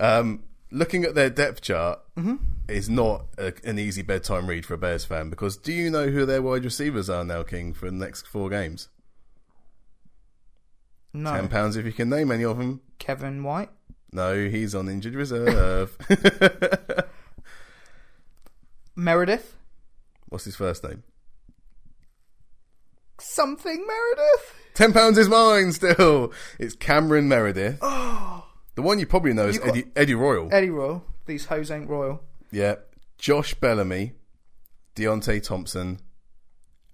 Speaker 1: Um, looking at their depth chart
Speaker 2: Mm-hmm.
Speaker 1: is not a, an easy bedtime read for a Bears fan because do you know who their wide receivers are now, King, for the next four games?
Speaker 2: No,
Speaker 1: Ten pounds if you can name any of them.
Speaker 2: Kevin White.
Speaker 1: No, he's on injured reserve.
Speaker 2: Meredith
Speaker 1: What's his first name?
Speaker 2: something Meredith.
Speaker 1: Ten pounds is mine still. It's Cameron Meredith. The one you probably know is
Speaker 2: Oh. You got-
Speaker 1: Eddie, Eddie Royal.
Speaker 2: Eddie Royal. These hoes ain't royal.
Speaker 1: yeah, Josh Bellamy, Deontay Thompson,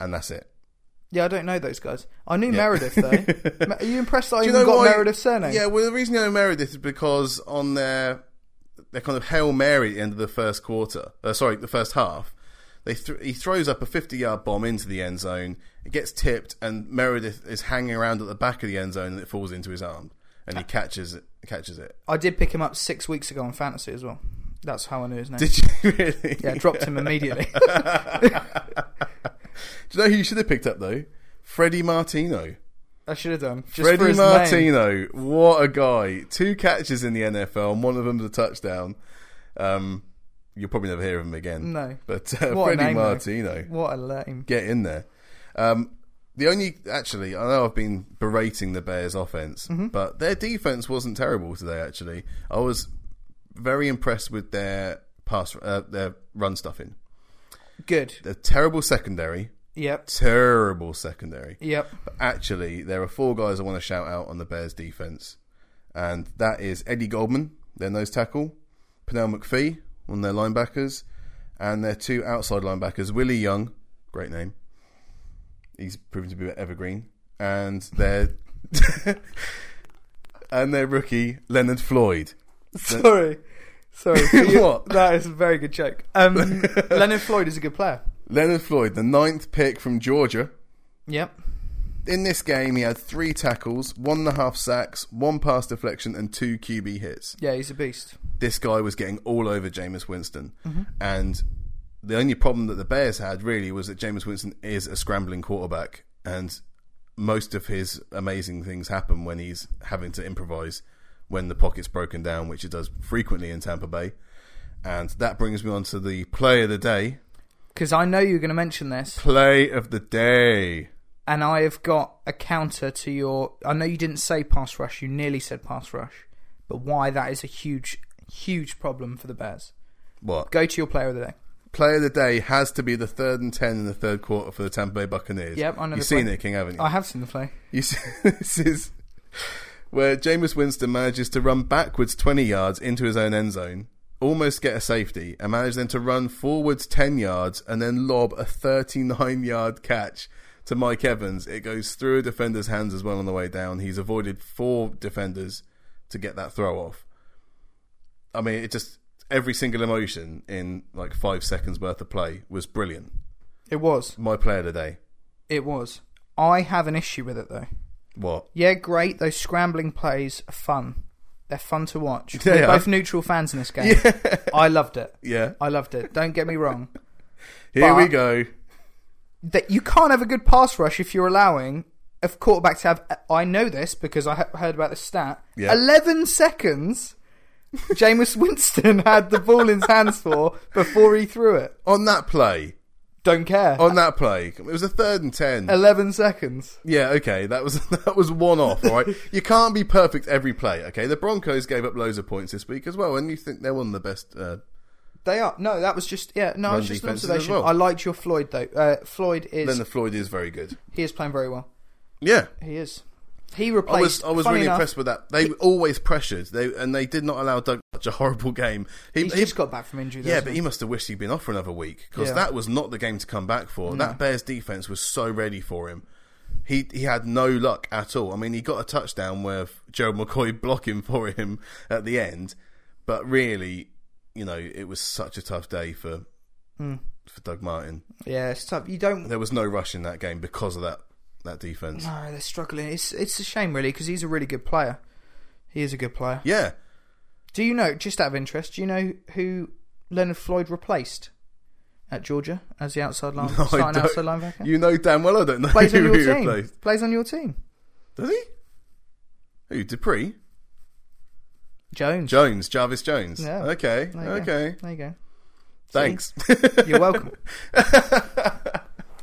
Speaker 1: and that's it.
Speaker 2: Yeah, I don't know those guys. I knew Meredith though. Ma- Are you impressed that I
Speaker 1: Do
Speaker 2: even
Speaker 1: you know
Speaker 2: got
Speaker 1: why-
Speaker 2: Meredith's surname?
Speaker 1: Yeah, well, the reason I know Meredith is because on their their kind of hail mary at the end of the first quarter, uh, sorry, the first half, they th- he throws up a fifty yard bomb into the end zone. It gets tipped, and Meredith is hanging around at the back of the end zone, and it falls into his arm, and he catches it. Catches it.
Speaker 2: I did pick him up six weeks ago on fantasy as well. That's how I knew his name.
Speaker 1: Did you really?
Speaker 2: yeah, dropped him immediately.
Speaker 1: Do you know who you should have picked up though? Freddie Martino.
Speaker 2: I should have done. Just for
Speaker 1: Freddie
Speaker 2: his name.
Speaker 1: Martino, what a guy! Two catches in the NFL, and one of them's a touchdown. Um, you'll probably never hear of him again.
Speaker 2: No.
Speaker 1: but uh,
Speaker 2: What a
Speaker 1: Freddie
Speaker 2: name, though.
Speaker 1: Martino,
Speaker 2: What a lame.
Speaker 1: get in there. Um, the only, actually, I know I've been berating the Bears' offense,
Speaker 2: Mm-hmm.
Speaker 1: but their defense wasn't terrible today. Actually, I was very impressed with their pass, uh, their run stuffing.
Speaker 2: Good.
Speaker 1: They're terrible secondary,
Speaker 2: Yep.
Speaker 1: terrible secondary.
Speaker 2: Yep.
Speaker 1: Actually, there are four guys I want to shout out on the Bears defense, and that is Eddie Goldman, their nose tackle, Pernell McPhee, one of their linebackers, and their two outside linebackers, Willie Young, great name. He's proven to be evergreen, and their and their rookie Leonard Floyd.
Speaker 2: Sorry. Sorry.
Speaker 1: What?
Speaker 2: That is a very good joke. Um, Leonard Floyd is a good player.
Speaker 1: Leonard Floyd, the ninth pick from Georgia.
Speaker 2: Yep.
Speaker 1: In this game, he had three tackles, one and a half sacks, one pass deflection, and two QB hits.
Speaker 2: Yeah, he's a beast.
Speaker 1: this guy was getting all over Jameis Winston.
Speaker 2: Mm-hmm.
Speaker 1: And the only problem that the Bears had really was that Jameis Winston is a scrambling quarterback, and most of his amazing things happen when he's having to improvise when the pocket's broken down, which it does frequently in Tampa Bay. And that brings me on to the play of the day.
Speaker 2: Because I know you're going to mention this,
Speaker 1: Play of the day.
Speaker 2: and I have got a counter to your. I know you didn't say pass rush. You nearly said pass rush, but why that is a huge, huge problem for the Bears.
Speaker 1: What?
Speaker 2: Go to your player of the day.
Speaker 1: Play of the day has to be the third and ten in the third quarter for the Tampa Bay Buccaneers.
Speaker 2: Yep, I know the
Speaker 1: You've seen
Speaker 2: play.
Speaker 1: it, King, haven't you?
Speaker 2: I have seen the play.
Speaker 1: You see, this is where Jameis Winston manages to run backwards 20 yards into his own end zone, almost get a safety, and manage then to run forwards 10 yards and then lob a 39 yard catch to Mike Evans. It goes through a defender's hands as well on the way down. He's avoided four defenders to get that throw off. I mean, it just every single emotion in like five seconds worth of play was brilliant.
Speaker 2: It was.
Speaker 1: My player today.
Speaker 2: It was. I have an issue with it though.
Speaker 1: What?
Speaker 2: Yeah, great. Those scrambling plays are fun. They're fun to watch.
Speaker 1: They
Speaker 2: We're
Speaker 1: are.
Speaker 2: both neutral fans in this game. I loved it.
Speaker 1: Yeah.
Speaker 2: I loved it. Don't get me wrong.
Speaker 1: Here we
Speaker 2: But-
Speaker 1: go.
Speaker 2: that you can't have a good pass rush if you're allowing a quarterback to have. I know this because I he- heard about this stat.
Speaker 1: Yeah.
Speaker 2: Eleven seconds. Jameis Winston had the ball in his hands for before he threw it.
Speaker 1: On that play,
Speaker 2: Don't care.
Speaker 1: on that play. It was a third and ten.
Speaker 2: Eleven seconds.
Speaker 1: yeah, okay, that was that was one off. All right, you can't be perfect every play. Okay, the Broncos gave up loads of points this week as well, and you think they're one of the best. Uh,
Speaker 2: They are no. That was just yeah. No,
Speaker 1: Run
Speaker 2: it's just an
Speaker 1: defenses as
Speaker 2: observation.
Speaker 1: well.
Speaker 2: I liked your Floyd though. Uh, Floyd is
Speaker 1: then the Floyd is very good.
Speaker 2: he is playing very well.
Speaker 1: Yeah,
Speaker 2: He is. He
Speaker 1: I was
Speaker 2: replaced.
Speaker 1: I was
Speaker 2: funny
Speaker 1: really
Speaker 2: enough,
Speaker 1: impressed with that. They always pressured. They and they did not allow Doug such a horrible game. He,
Speaker 2: He's
Speaker 1: he-
Speaker 2: just got back from injury. though,
Speaker 1: yeah,
Speaker 2: hasn't
Speaker 1: but
Speaker 2: he?
Speaker 1: he must have wished he'd been off for another week because
Speaker 2: Yeah.
Speaker 1: that was not the game to come back for. That Bears defense was so ready for him. He he had no luck at all. I mean, he got a touchdown with Gerald McCoy blocking for him at the end, but really, you know, it was such a tough day for
Speaker 2: Hmm.
Speaker 1: for Doug Martin.
Speaker 2: yeah, it's tough. You don't
Speaker 1: There was no rush in that game because of that that defense.
Speaker 2: No, they're struggling. It's it's a shame, really, because he's a really good player. He is a good player.
Speaker 1: Yeah,
Speaker 2: Do you know, just out of interest, do you know who Leonard Floyd replaced at Georgia as the outside line,
Speaker 1: I
Speaker 2: starting
Speaker 1: don't-
Speaker 2: outside linebacker?
Speaker 1: you know damn well I don't know
Speaker 2: plays on
Speaker 1: who
Speaker 2: your
Speaker 1: he
Speaker 2: team.
Speaker 1: replaced.
Speaker 2: Plays on your team.
Speaker 1: Does he? Who Dupree
Speaker 2: Jones.
Speaker 1: Jones Jarvis Jones?
Speaker 2: Yeah.
Speaker 1: Okay,
Speaker 2: There you go.
Speaker 1: okay.
Speaker 2: There you go.
Speaker 1: Thanks.
Speaker 2: You're welcome.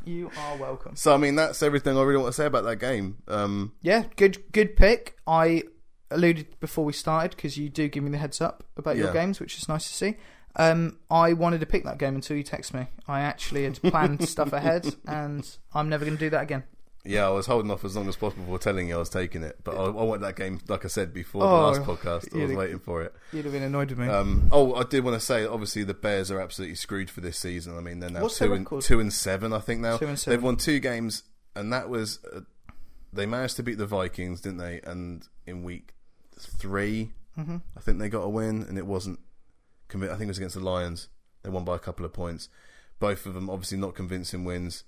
Speaker 2: you are welcome.
Speaker 1: So I mean, that's everything I really want to say about that game. Um,
Speaker 2: Yeah, good good pick. I alluded before we started because you do give me the heads up about your
Speaker 1: Yeah.
Speaker 2: games, which is nice to see. Um, I wanted to pick that game until you text me. I actually had planned stuff ahead, and I'm never going to do that again.
Speaker 1: Yeah, I was holding off as long as possible before telling you I was taking it, but I, I want that game. Like I said before
Speaker 2: Oh,
Speaker 1: the last podcast, I
Speaker 2: you'd
Speaker 1: was
Speaker 2: have-
Speaker 1: waiting for it.
Speaker 2: You'd have been annoyed with me.
Speaker 1: Um, oh, I did want to say, obviously, the Bears are absolutely screwed for this season. I mean, they're now
Speaker 2: What's
Speaker 1: two
Speaker 2: their
Speaker 1: and,
Speaker 2: record?
Speaker 1: two and seven, I think now.
Speaker 2: Two and
Speaker 1: They've
Speaker 2: seven.
Speaker 1: won two games, and that was uh, they managed to beat the Vikings, didn't they? And in week three,
Speaker 2: Mhm.
Speaker 1: I think they got a win, and it wasn't. Convi- I think it was against the Lions. They won by a couple of points. Both of them obviously not convincing wins,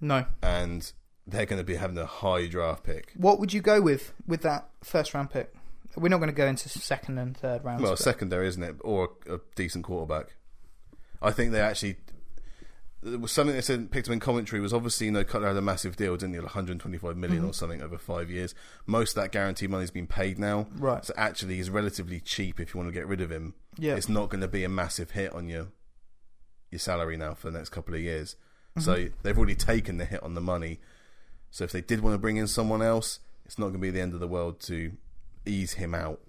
Speaker 2: No.
Speaker 1: and they're going to be having a high draft pick.
Speaker 2: What would you go with with that first round pick? We're not going to go into second and third rounds.
Speaker 1: Well,
Speaker 2: but-
Speaker 1: secondary, isn't it? Or a, a decent quarterback. I think they actually. There was something they said picked up in commentary was obviously you know Cutler had a massive deal, didn't he? Like 125 million or something over five years. Most of that guaranteed money's been paid now,
Speaker 2: Right.
Speaker 1: So actually, he's relatively cheap if you want to get rid of him.
Speaker 2: yeah.
Speaker 1: It's not going to be a massive hit on your your salary now for the next couple of years.
Speaker 2: Mm-hmm.
Speaker 1: So they've already taken the hit on the money. So if they did want to bring in someone else, it's not going to be the end of the world to ease him out.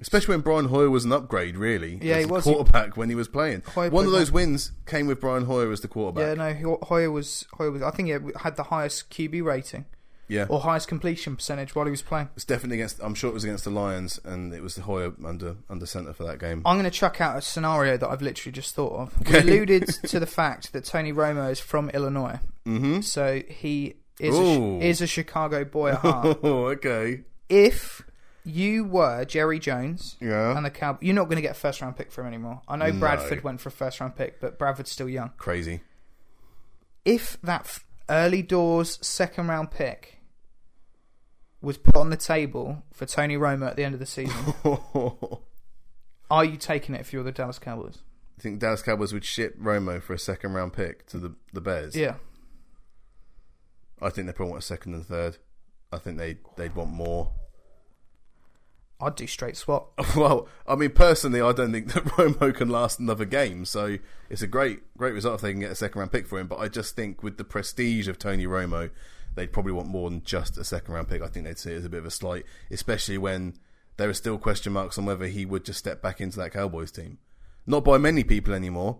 Speaker 1: Especially when Brian Hoyer was an upgrade, really.
Speaker 2: Yeah,
Speaker 1: as
Speaker 2: he
Speaker 1: a
Speaker 2: was.
Speaker 1: quarterback when he was playing.
Speaker 2: Hoyer
Speaker 1: One of
Speaker 2: played
Speaker 1: those wins came with Brian Hoyer as the
Speaker 2: Yeah,
Speaker 1: quarterback.
Speaker 2: no, Ho- Hoyer was Hoyer was. I think he had the highest QB rating
Speaker 1: Yeah,
Speaker 2: or highest completion percentage while he was playing.
Speaker 1: it's definitely against. I'm sure it was against the Lions, and it was Hoyer under under center for that game.
Speaker 2: I'm going to chuck out a scenario that I've literally just thought of.
Speaker 1: Okay.
Speaker 2: We alluded to the fact that Tony Romo is from Illinois,
Speaker 1: Mm-hmm.
Speaker 2: so he is
Speaker 1: Ooh.
Speaker 2: a, Chi- is a Chicago boy at heart.
Speaker 1: Oh, okay.
Speaker 2: if you were Jerry Jones
Speaker 1: Yeah.
Speaker 2: and the Cow, you're not going to get a first round pick for him anymore. I know
Speaker 1: No.
Speaker 2: Bradford went for a first round pick, but Bradford's still young.
Speaker 1: Crazy.
Speaker 2: if that f- early doors second round pick was put on the table for Tony Romo at the end of the season, are you taking it if you're the Dallas Cowboys?
Speaker 1: I think Dallas Cowboys would ship Romo for a second round pick to the the Bears.
Speaker 2: Yeah.
Speaker 1: I think they probably want a second and third. I think they they'd want more.
Speaker 2: I'd do straight swap.
Speaker 1: Well, I mean personally, I don't think that Romo can last another game. So it's a great great result if they can get a second round pick for him. But I just think with the prestige of Tony Romo, they'd probably want more than just a second round pick. I think they'd see it as a bit of a slight, especially when there are still question marks on whether he would just step back into that Cowboys team. Not by many people anymore,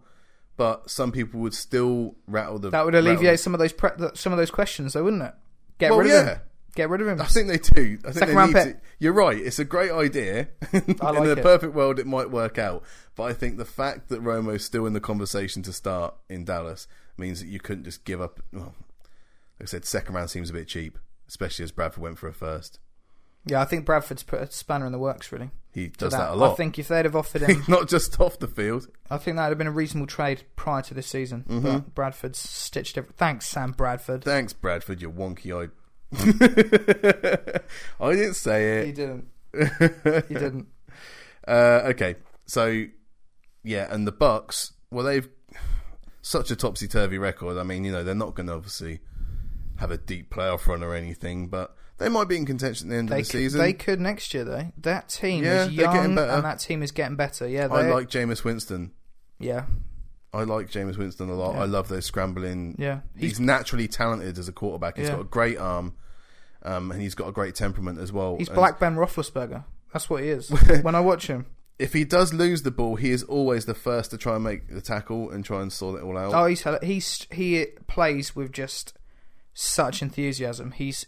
Speaker 1: but some people would still rattle the
Speaker 2: That would
Speaker 1: rattle-
Speaker 2: alleviate some of those pre- th- some of those questions, though, wouldn't it? Get
Speaker 1: Well,
Speaker 2: rid of
Speaker 1: yeah.
Speaker 2: him. Get rid of him.
Speaker 1: I think they do. I think
Speaker 2: Second
Speaker 1: they
Speaker 2: round
Speaker 1: need
Speaker 2: pick.
Speaker 1: to- You're right. It's a great idea.
Speaker 2: like
Speaker 1: in a
Speaker 2: it.
Speaker 1: perfect world, it might work out. But I think the fact that Romo's still in the conversation to start in Dallas means that you couldn't just give up. Well, like I said, second round seems a bit cheap, especially as Bradford went for a first.
Speaker 2: Yeah, I think Bradford's put a spanner in the works, really.
Speaker 1: He
Speaker 2: for
Speaker 1: does that, a lot.
Speaker 2: I think if they'd have offered him,
Speaker 1: Not just off the field.
Speaker 2: I think that would have been a reasonable trade prior to this season.
Speaker 1: Mm-hmm.
Speaker 2: But Bradford's stitched every- Thanks, Sam Bradford.
Speaker 1: Thanks, Bradford. You wonky eyed. I didn't say it.
Speaker 2: You didn't. You didn't.
Speaker 1: Uh, okay, so yeah, and the Bucks. Well, they've such a topsy turvy record. I mean, you know, they're not going to obviously have a deep playoff run or anything, but they might be in contention at the end
Speaker 2: They
Speaker 1: of the
Speaker 2: could,
Speaker 1: season.
Speaker 2: they could next year though. That team
Speaker 1: Yeah,
Speaker 2: is
Speaker 1: they're getting
Speaker 2: young
Speaker 1: better.
Speaker 2: and that team is getting better. Yeah,
Speaker 1: I
Speaker 2: they
Speaker 1: like Jameis Winston.
Speaker 2: yeah,
Speaker 1: I like Jameis Winston a lot. I love those scrambling.
Speaker 2: yeah.
Speaker 1: He's,
Speaker 2: He's
Speaker 1: naturally talented as a quarterback. He's
Speaker 2: Yeah.
Speaker 1: got a great arm, um, and he's got a great temperament as well.
Speaker 2: he's
Speaker 1: And
Speaker 2: Black Ben Roethlisberger. That's what he is. when I watch him,
Speaker 1: If he does lose the ball, he is always the first to try and make the tackle and try and sort it all out.
Speaker 2: oh, he's he's he plays with just such enthusiasm. He's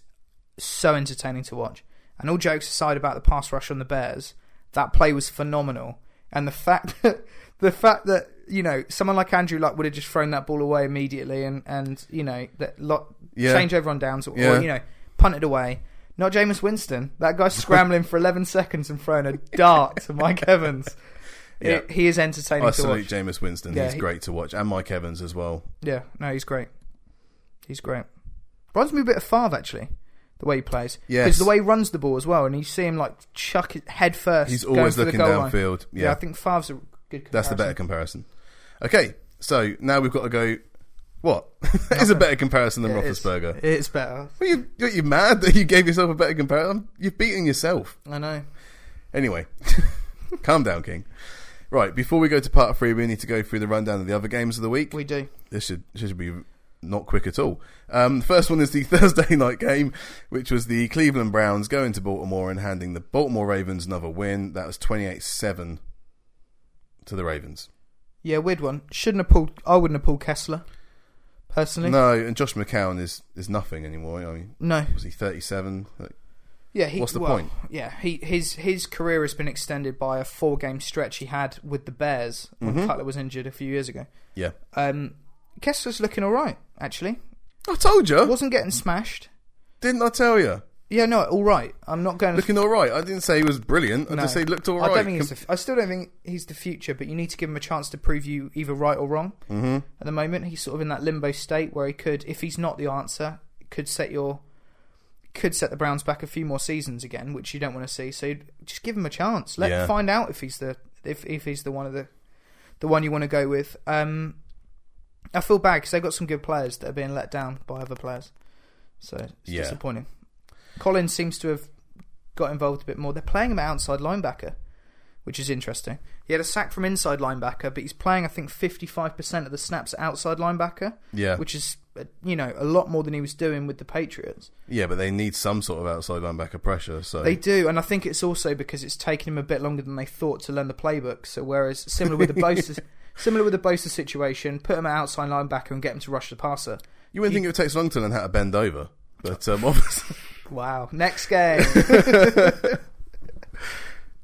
Speaker 2: so entertaining to watch. And all jokes aside about the pass rush on the Bears, that play was phenomenal. And the fact that the fact that you know someone like Andrew Luck would have just thrown that ball away immediately, and and you know that lot
Speaker 1: Yeah.
Speaker 2: change over on downs, or,
Speaker 1: Yeah.
Speaker 2: you know punted away. Not Jameis Winston. That guy's scrambling for 11 seconds and throwing a dart to Mike Evans.
Speaker 1: Yeah.
Speaker 2: It- he is entertaining
Speaker 1: I
Speaker 2: to watch.
Speaker 1: salute Jameis Winston.
Speaker 2: Yeah,
Speaker 1: he's
Speaker 2: he-
Speaker 1: great to watch, and Mike Evans as well.
Speaker 2: Yeah, no, he's great. He's great. Reminds me a bit of Favre actually, the way he plays.
Speaker 1: Yes.
Speaker 2: because the way he runs the ball as well, and you see him like chuck it head first.
Speaker 1: He's
Speaker 2: going
Speaker 1: always
Speaker 2: for the
Speaker 1: looking
Speaker 2: goal line.
Speaker 1: downfield. Yeah,
Speaker 2: Yeah. I think Favre's a good. Comparison.
Speaker 1: that's the better comparison. Okay, so now we've got to go. What that is a better comparison than
Speaker 2: It is.
Speaker 1: Roethlisberger?
Speaker 2: It's better.
Speaker 1: Well, you, you- you're mad that you gave yourself a better comparison. You've beaten yourself.
Speaker 2: I know.
Speaker 1: Anyway, calm down, King. Right, before we go to part three, we need to go through the rundown of the other games of the week.
Speaker 2: We do.
Speaker 1: this should this should be not quick at all. Um, the first one is the Thursday night game, which was the Cleveland Browns going to Baltimore and handing the Baltimore Ravens another win. That was twenty eight seven to the Ravens.
Speaker 2: Yeah, weird one. Shouldn't have pulled. I wouldn't have pulled Kessler. personally.
Speaker 1: No, and Josh McCown is, is nothing anymore. I mean,
Speaker 2: No.
Speaker 1: was he 37?
Speaker 2: Yeah. He,
Speaker 1: What's the
Speaker 2: well,
Speaker 1: point?
Speaker 2: Yeah. He his his career has been extended by a four game stretch he had with the Bears when
Speaker 1: Mm-hmm.
Speaker 2: Cutler was injured a few years ago.
Speaker 1: Yeah.
Speaker 2: Um, Kessler's looking all right actually.
Speaker 1: I told you.
Speaker 2: Wasn't getting smashed.
Speaker 1: Didn't I tell you?
Speaker 2: Yeah. No. All right. I'm not going. to
Speaker 1: Looking all right. I didn't say he was brilliant. I
Speaker 2: Uh, no.
Speaker 1: just say he looked all
Speaker 2: I
Speaker 1: right.
Speaker 2: don't think he's the, f- I still don't think he's the future, but you need to give him a chance to prove you either right or wrong. Mm-hmm. At the moment, he's sort of in that limbo state where he could, if he's not the answer, could set your could set the Browns back a few more seasons again, which you don't want to see. So just give him a chance. Let
Speaker 1: Yeah.
Speaker 2: find out if he's the if if he's the one of the the one you want to go with. Um, I feel bad because they've got some good players that are being let down by other players. So it's
Speaker 1: Yeah.
Speaker 2: disappointing. Collins seems to have got involved a bit more. They're playing him at outside linebacker, which is interesting. He had a sack from inside linebacker, but he's playing, I think, 55% of the snaps at outside linebacker,
Speaker 1: yeah.
Speaker 2: which is, uh, you know, a lot more than he was doing with the Patriots.
Speaker 1: Yeah, but they need some sort of outside linebacker pressure. So
Speaker 2: They do, and I think it's also because it's taken him a bit longer than they thought to learn the playbook. So whereas similar with the Bosa, similar with the Bosa situation, put him at outside linebacker and get him to rush the passer.
Speaker 1: you wouldn't think it would take so long to learn how to bend over, but um, obviously,
Speaker 2: Wow. Next game.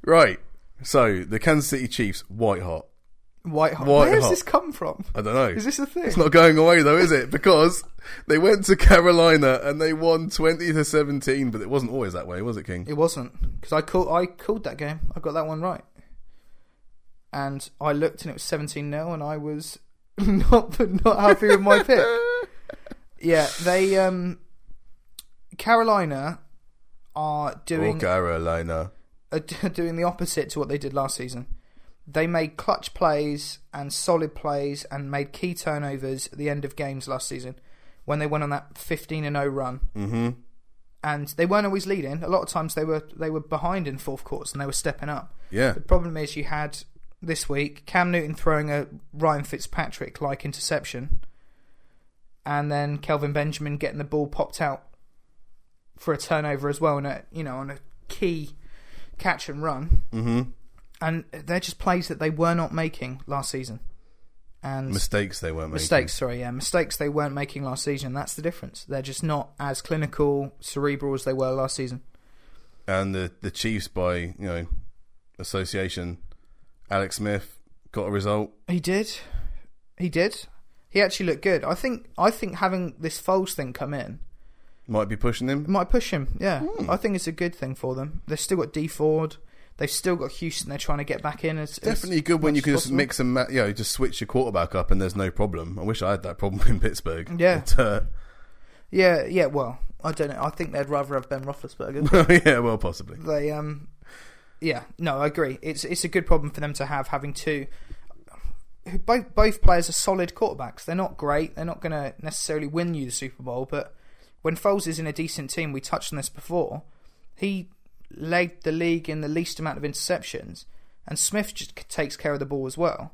Speaker 1: right. So the Kansas City Chiefs, white hot.
Speaker 2: White hot.
Speaker 1: White
Speaker 2: Where has
Speaker 1: hot.
Speaker 2: this come from?
Speaker 1: I don't know.
Speaker 2: Is this a thing?
Speaker 1: It's not going away though, is it? Because they went to Carolina and they won twenty to seventeen, but it wasn't always that way, was it, King?
Speaker 2: It wasn't because I called. I called that game. I got that one right. And I looked, and it was seventeen 0 and I was not not happy with my pick. Yeah, they um, Carolina are
Speaker 1: Or
Speaker 2: doing
Speaker 1: Carolina.
Speaker 2: are d- uh, doing the opposite to what they did last season. They made clutch plays and solid plays and made key turnovers at the end of games last season when they went on that 15 and 0 run. Mm-hmm. And they weren't always leading. A lot of times they were they were behind in fourth quarters and they were stepping up.
Speaker 1: Yeah.
Speaker 2: The problem is you had this week Cam Newton throwing a Ryan Fitzpatrick like interception, and then Kelvin Benjamin getting the ball popped out for a turnover as well, and a you know on a key catch and run. Mm-hmm. And they're just plays that they were not making last season, and
Speaker 1: Mistakes they weren't making.
Speaker 2: mistakes. Sorry, yeah, mistakes they weren't making last season. That's the difference. They're just not as clinical, cerebral as they were last season.
Speaker 1: And the, the Chiefs by, you know, association, Alex Smith got a result.
Speaker 2: He did. He did. He actually looked good. I think. I think having this Foles thing come in
Speaker 1: Might be pushing him.
Speaker 2: might push him. Yeah, I think it's a good thing for them. They've still got D Ford. They've still got Houston. They're trying to get back in. As, as
Speaker 1: Definitely good when
Speaker 2: much
Speaker 1: you can
Speaker 2: as
Speaker 1: just
Speaker 2: possible.
Speaker 1: mix and ma- you know, just switch your quarterback up and there's no problem. I wish I had that problem in Pittsburgh.
Speaker 2: Yeah.
Speaker 1: But, uh,
Speaker 2: Yeah, yeah. Well, I don't know. I think they'd rather have Ben Roethlisberger.
Speaker 1: yeah, well, possibly.
Speaker 2: they um yeah no i agree it's it's a good problem for them to have having two who both both players are solid quarterbacks they're not great they're not going to necessarily win you the super bowl but when Foles is in a decent team we touched on this before he led the league in the least amount of interceptions and smith just c- takes care of the ball as well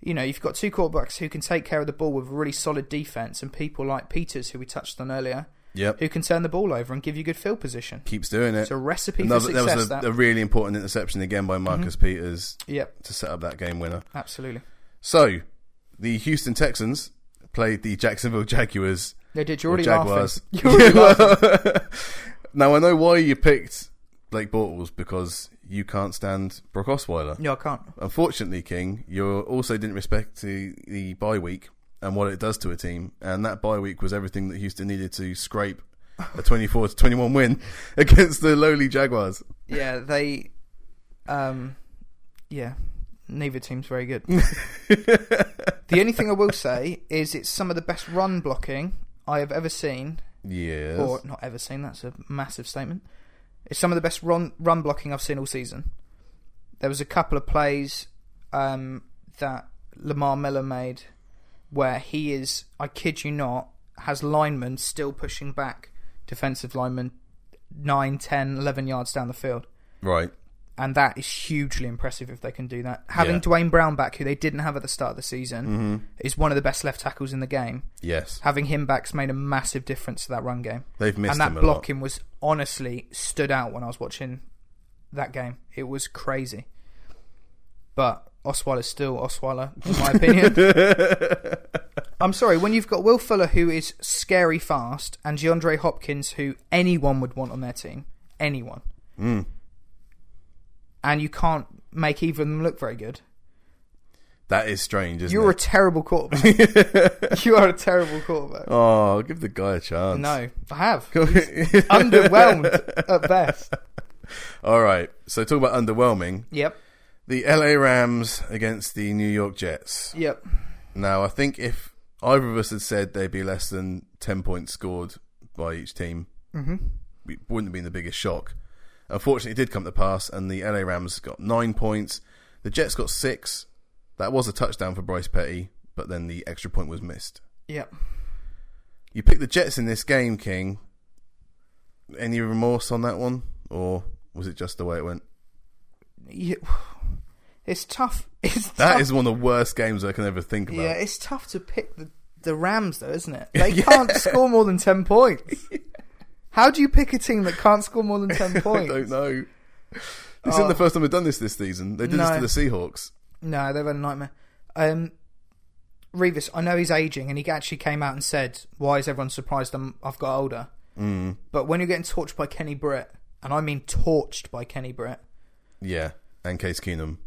Speaker 2: you know you've got two quarterbacks who can take care of the ball with a really solid defense and people like peters who we touched on earlier
Speaker 1: Yep.
Speaker 2: who can turn the ball over and give you good field position
Speaker 1: Keeps doing it.
Speaker 2: it's a recipe
Speaker 1: Another,
Speaker 2: for
Speaker 1: there
Speaker 2: success.
Speaker 1: was
Speaker 2: that. Mm-hmm.
Speaker 1: a, a really important interception again by Marcus Peters
Speaker 2: Yep,
Speaker 1: to set up that game winner.
Speaker 2: absolutely.
Speaker 1: So, the Houston Texans played the Jacksonville Jaguars.
Speaker 2: They did. You're
Speaker 1: or
Speaker 2: already
Speaker 1: Jaguars.
Speaker 2: laughing. You're already laughing.
Speaker 1: now, I know why you picked Blake Bortles because you can't stand Brock Osweiler.
Speaker 2: No, I can't.
Speaker 1: Unfortunately, King, you also didn't respect the, the bye week and what it does to a team. And that bye week was everything that Houston needed to scrape a 24 to 21 win against the lowly Jaguars.
Speaker 2: Yeah, they. Um, yeah, neither team's very good. the only thing I will say is it's some of the best run blocking I have ever seen,
Speaker 1: Yes.
Speaker 2: or not ever seen. That's a massive statement. It's some of the best run run blocking I've seen all season. There was a couple of plays um, that Lamar Miller made where he is, I kid you not, has linemen still pushing back defensive linemen 9, 10, 11 yards down the field.
Speaker 1: right.
Speaker 2: And that is hugely impressive if they can do that. Having
Speaker 1: Yeah. Mm-hmm.
Speaker 2: Dwayne Brown back, who they didn't have at the start of the season, is one of the best left tackles in the game.
Speaker 1: Yes.
Speaker 2: Having him back's made a massive difference to that run game.
Speaker 1: They've missed
Speaker 2: and
Speaker 1: him
Speaker 2: that
Speaker 1: a lot.
Speaker 2: blocking was honestly stood out when I was watching that game. It was crazy. But Osweiler's still Osweiler, in my opinion. I'm sorry, when you've got Will Fuller, who is scary fast, and DeAndre Hopkins, who anyone would want on their team, anyone,
Speaker 1: Mm.
Speaker 2: and you can't make either of them look very good,
Speaker 1: That is strange, isn't
Speaker 2: you're a
Speaker 1: it?
Speaker 2: terrible quarterback. you are a terrible quarterback.
Speaker 1: oh, give the guy a chance.
Speaker 2: No, I have. Underwhelmed at best.
Speaker 1: All right. So talk about underwhelming.
Speaker 2: Yep,
Speaker 1: The LA Rams against the New York Jets.
Speaker 2: yep.
Speaker 1: Now, I think if either of us had said they'd be less than 10 points scored by each team,
Speaker 2: hmm
Speaker 1: it wouldn't have been the biggest shock. Unfortunately, it did come to pass, and the LA Rams got nine points. The Jets got six. That was a touchdown for Bryce Petty, but then the extra point was missed.
Speaker 2: Yep.
Speaker 1: You picked the Jets in this game, King. Any remorse on that one, or was it just the way it went?
Speaker 2: You- It's tough. It's
Speaker 1: That
Speaker 2: tough.
Speaker 1: is one of the worst games I can ever think about.
Speaker 2: Yeah, it's tough to pick the, the Rams, though, isn't it? They can't score more than 10 points. How do you pick a team that can't score more than 10
Speaker 1: I
Speaker 2: points?
Speaker 1: don't know. This isn't the first time we've done this this season. They did
Speaker 2: Oh. No.
Speaker 1: this to the Seahawks.
Speaker 2: No, they've had a nightmare. Um, Revis, I know he's aging, and he actually came out and said, Why is everyone surprised I'm, I've got older? Mm. But when you're getting torched by Kenny Britt, and I mean torched by Kenny Britt,
Speaker 1: Yeah, and Case Keenum.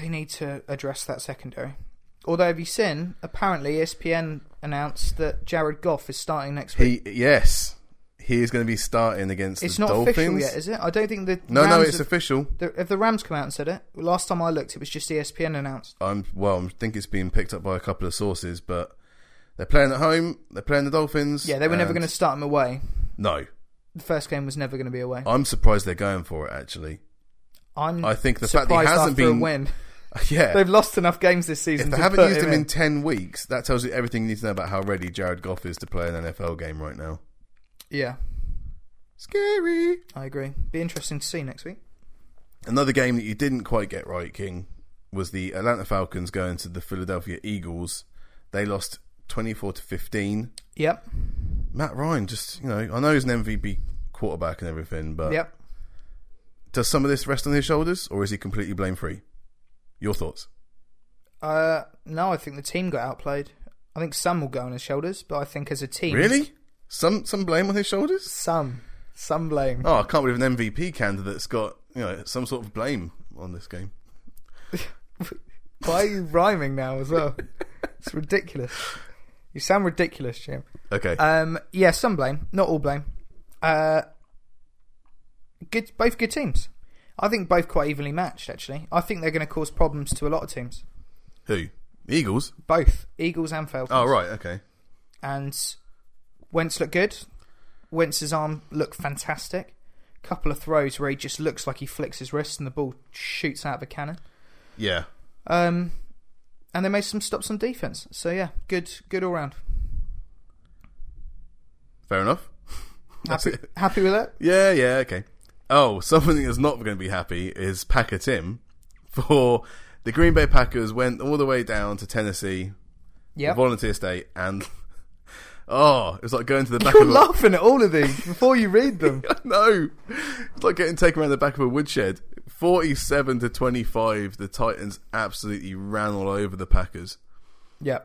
Speaker 2: they need to address that secondary. Although, have you seen? Apparently, E ESPN announced that Jared Goff is starting next week.
Speaker 1: He yes, he is going to be starting against
Speaker 2: it's
Speaker 1: the
Speaker 2: not
Speaker 1: Dolphins.
Speaker 2: official yet, is it? I don't think the
Speaker 1: no,
Speaker 2: Rams
Speaker 1: no, it's
Speaker 2: have-
Speaker 1: official.
Speaker 2: The, have the Rams come out and said it? Last time I looked, it was just E ESPN announced.
Speaker 1: I'm well. I think it's been picked up by a couple of sources, but they're playing at home. They're playing the Dolphins.
Speaker 2: Yeah, they were never
Speaker 1: and-
Speaker 2: going to start him away.
Speaker 1: No,
Speaker 2: The first game was never going to be away.
Speaker 1: I'm surprised they're going for it. Actually,
Speaker 2: I'm
Speaker 1: I think the fact
Speaker 2: surprised
Speaker 1: that he hasn't
Speaker 2: after a
Speaker 1: been
Speaker 2: win.
Speaker 1: yeah.
Speaker 2: They've lost enough games this season.
Speaker 1: If they
Speaker 2: to
Speaker 1: haven't
Speaker 2: put
Speaker 1: used him in
Speaker 2: in.
Speaker 1: ten weeks, that tells you everything you need to know about how ready Jared Goff is to play an NFL game right now.
Speaker 2: Yeah,
Speaker 1: Scary.
Speaker 2: I agree. Be interesting to see next week.
Speaker 1: Another game that you didn't quite get right, King, was the Atlanta Falcons going to the Philadelphia Eagles. They lost 24 to 15.
Speaker 2: Yep,
Speaker 1: Matt Ryan, just, you know, I know he's an MVP quarterback and everything, but
Speaker 2: yep.
Speaker 1: does some of this rest on his shoulders or is he completely blame free? Your thoughts?
Speaker 2: Uh, no, I think the team got outplayed. I think some will go on his shoulders, but I think as a team,
Speaker 1: Really? Some some blame on his shoulders?
Speaker 2: some, some blame.
Speaker 1: Oh, I can't believe an MVP candidate's got, you know, some sort of blame on this game.
Speaker 2: Why are you rhyming now as well? It's ridiculous. You sound ridiculous, Jim.
Speaker 1: Okay.
Speaker 2: Um, yeah, some blame, not all blame. Uh, good, both good teams. I think both quite evenly matched. Actually, I think they're going to cause problems to a lot of teams.
Speaker 1: Who? The Eagles?
Speaker 2: Both Eagles and Falcons.
Speaker 1: Oh, right, okay.
Speaker 2: And Wentz looked good. Wentz's arm looked fantastic. Couple of throws where he just looks like he flicks his wrist and the ball shoots out of a cannon.
Speaker 1: Yeah.
Speaker 2: Um, and they made some stops on defense. So yeah, good, good all round.
Speaker 1: Fair enough. That's
Speaker 2: Happy,
Speaker 1: it.
Speaker 2: happy with that?
Speaker 1: Yeah, yeah, okay. Oh, something that's not going to be happy is Packer Tim for the Green Bay Packers went all the way down to Tennessee,
Speaker 2: Yeah.
Speaker 1: Volunteer State, and oh, it was like going to the back
Speaker 2: You're
Speaker 1: of a,
Speaker 2: laughing at all of these before you read them.
Speaker 1: no, it's like getting taken around the back of a woodshed. Forty-seven to twenty-five, the Titans absolutely ran all over the Packers.
Speaker 2: Yeah.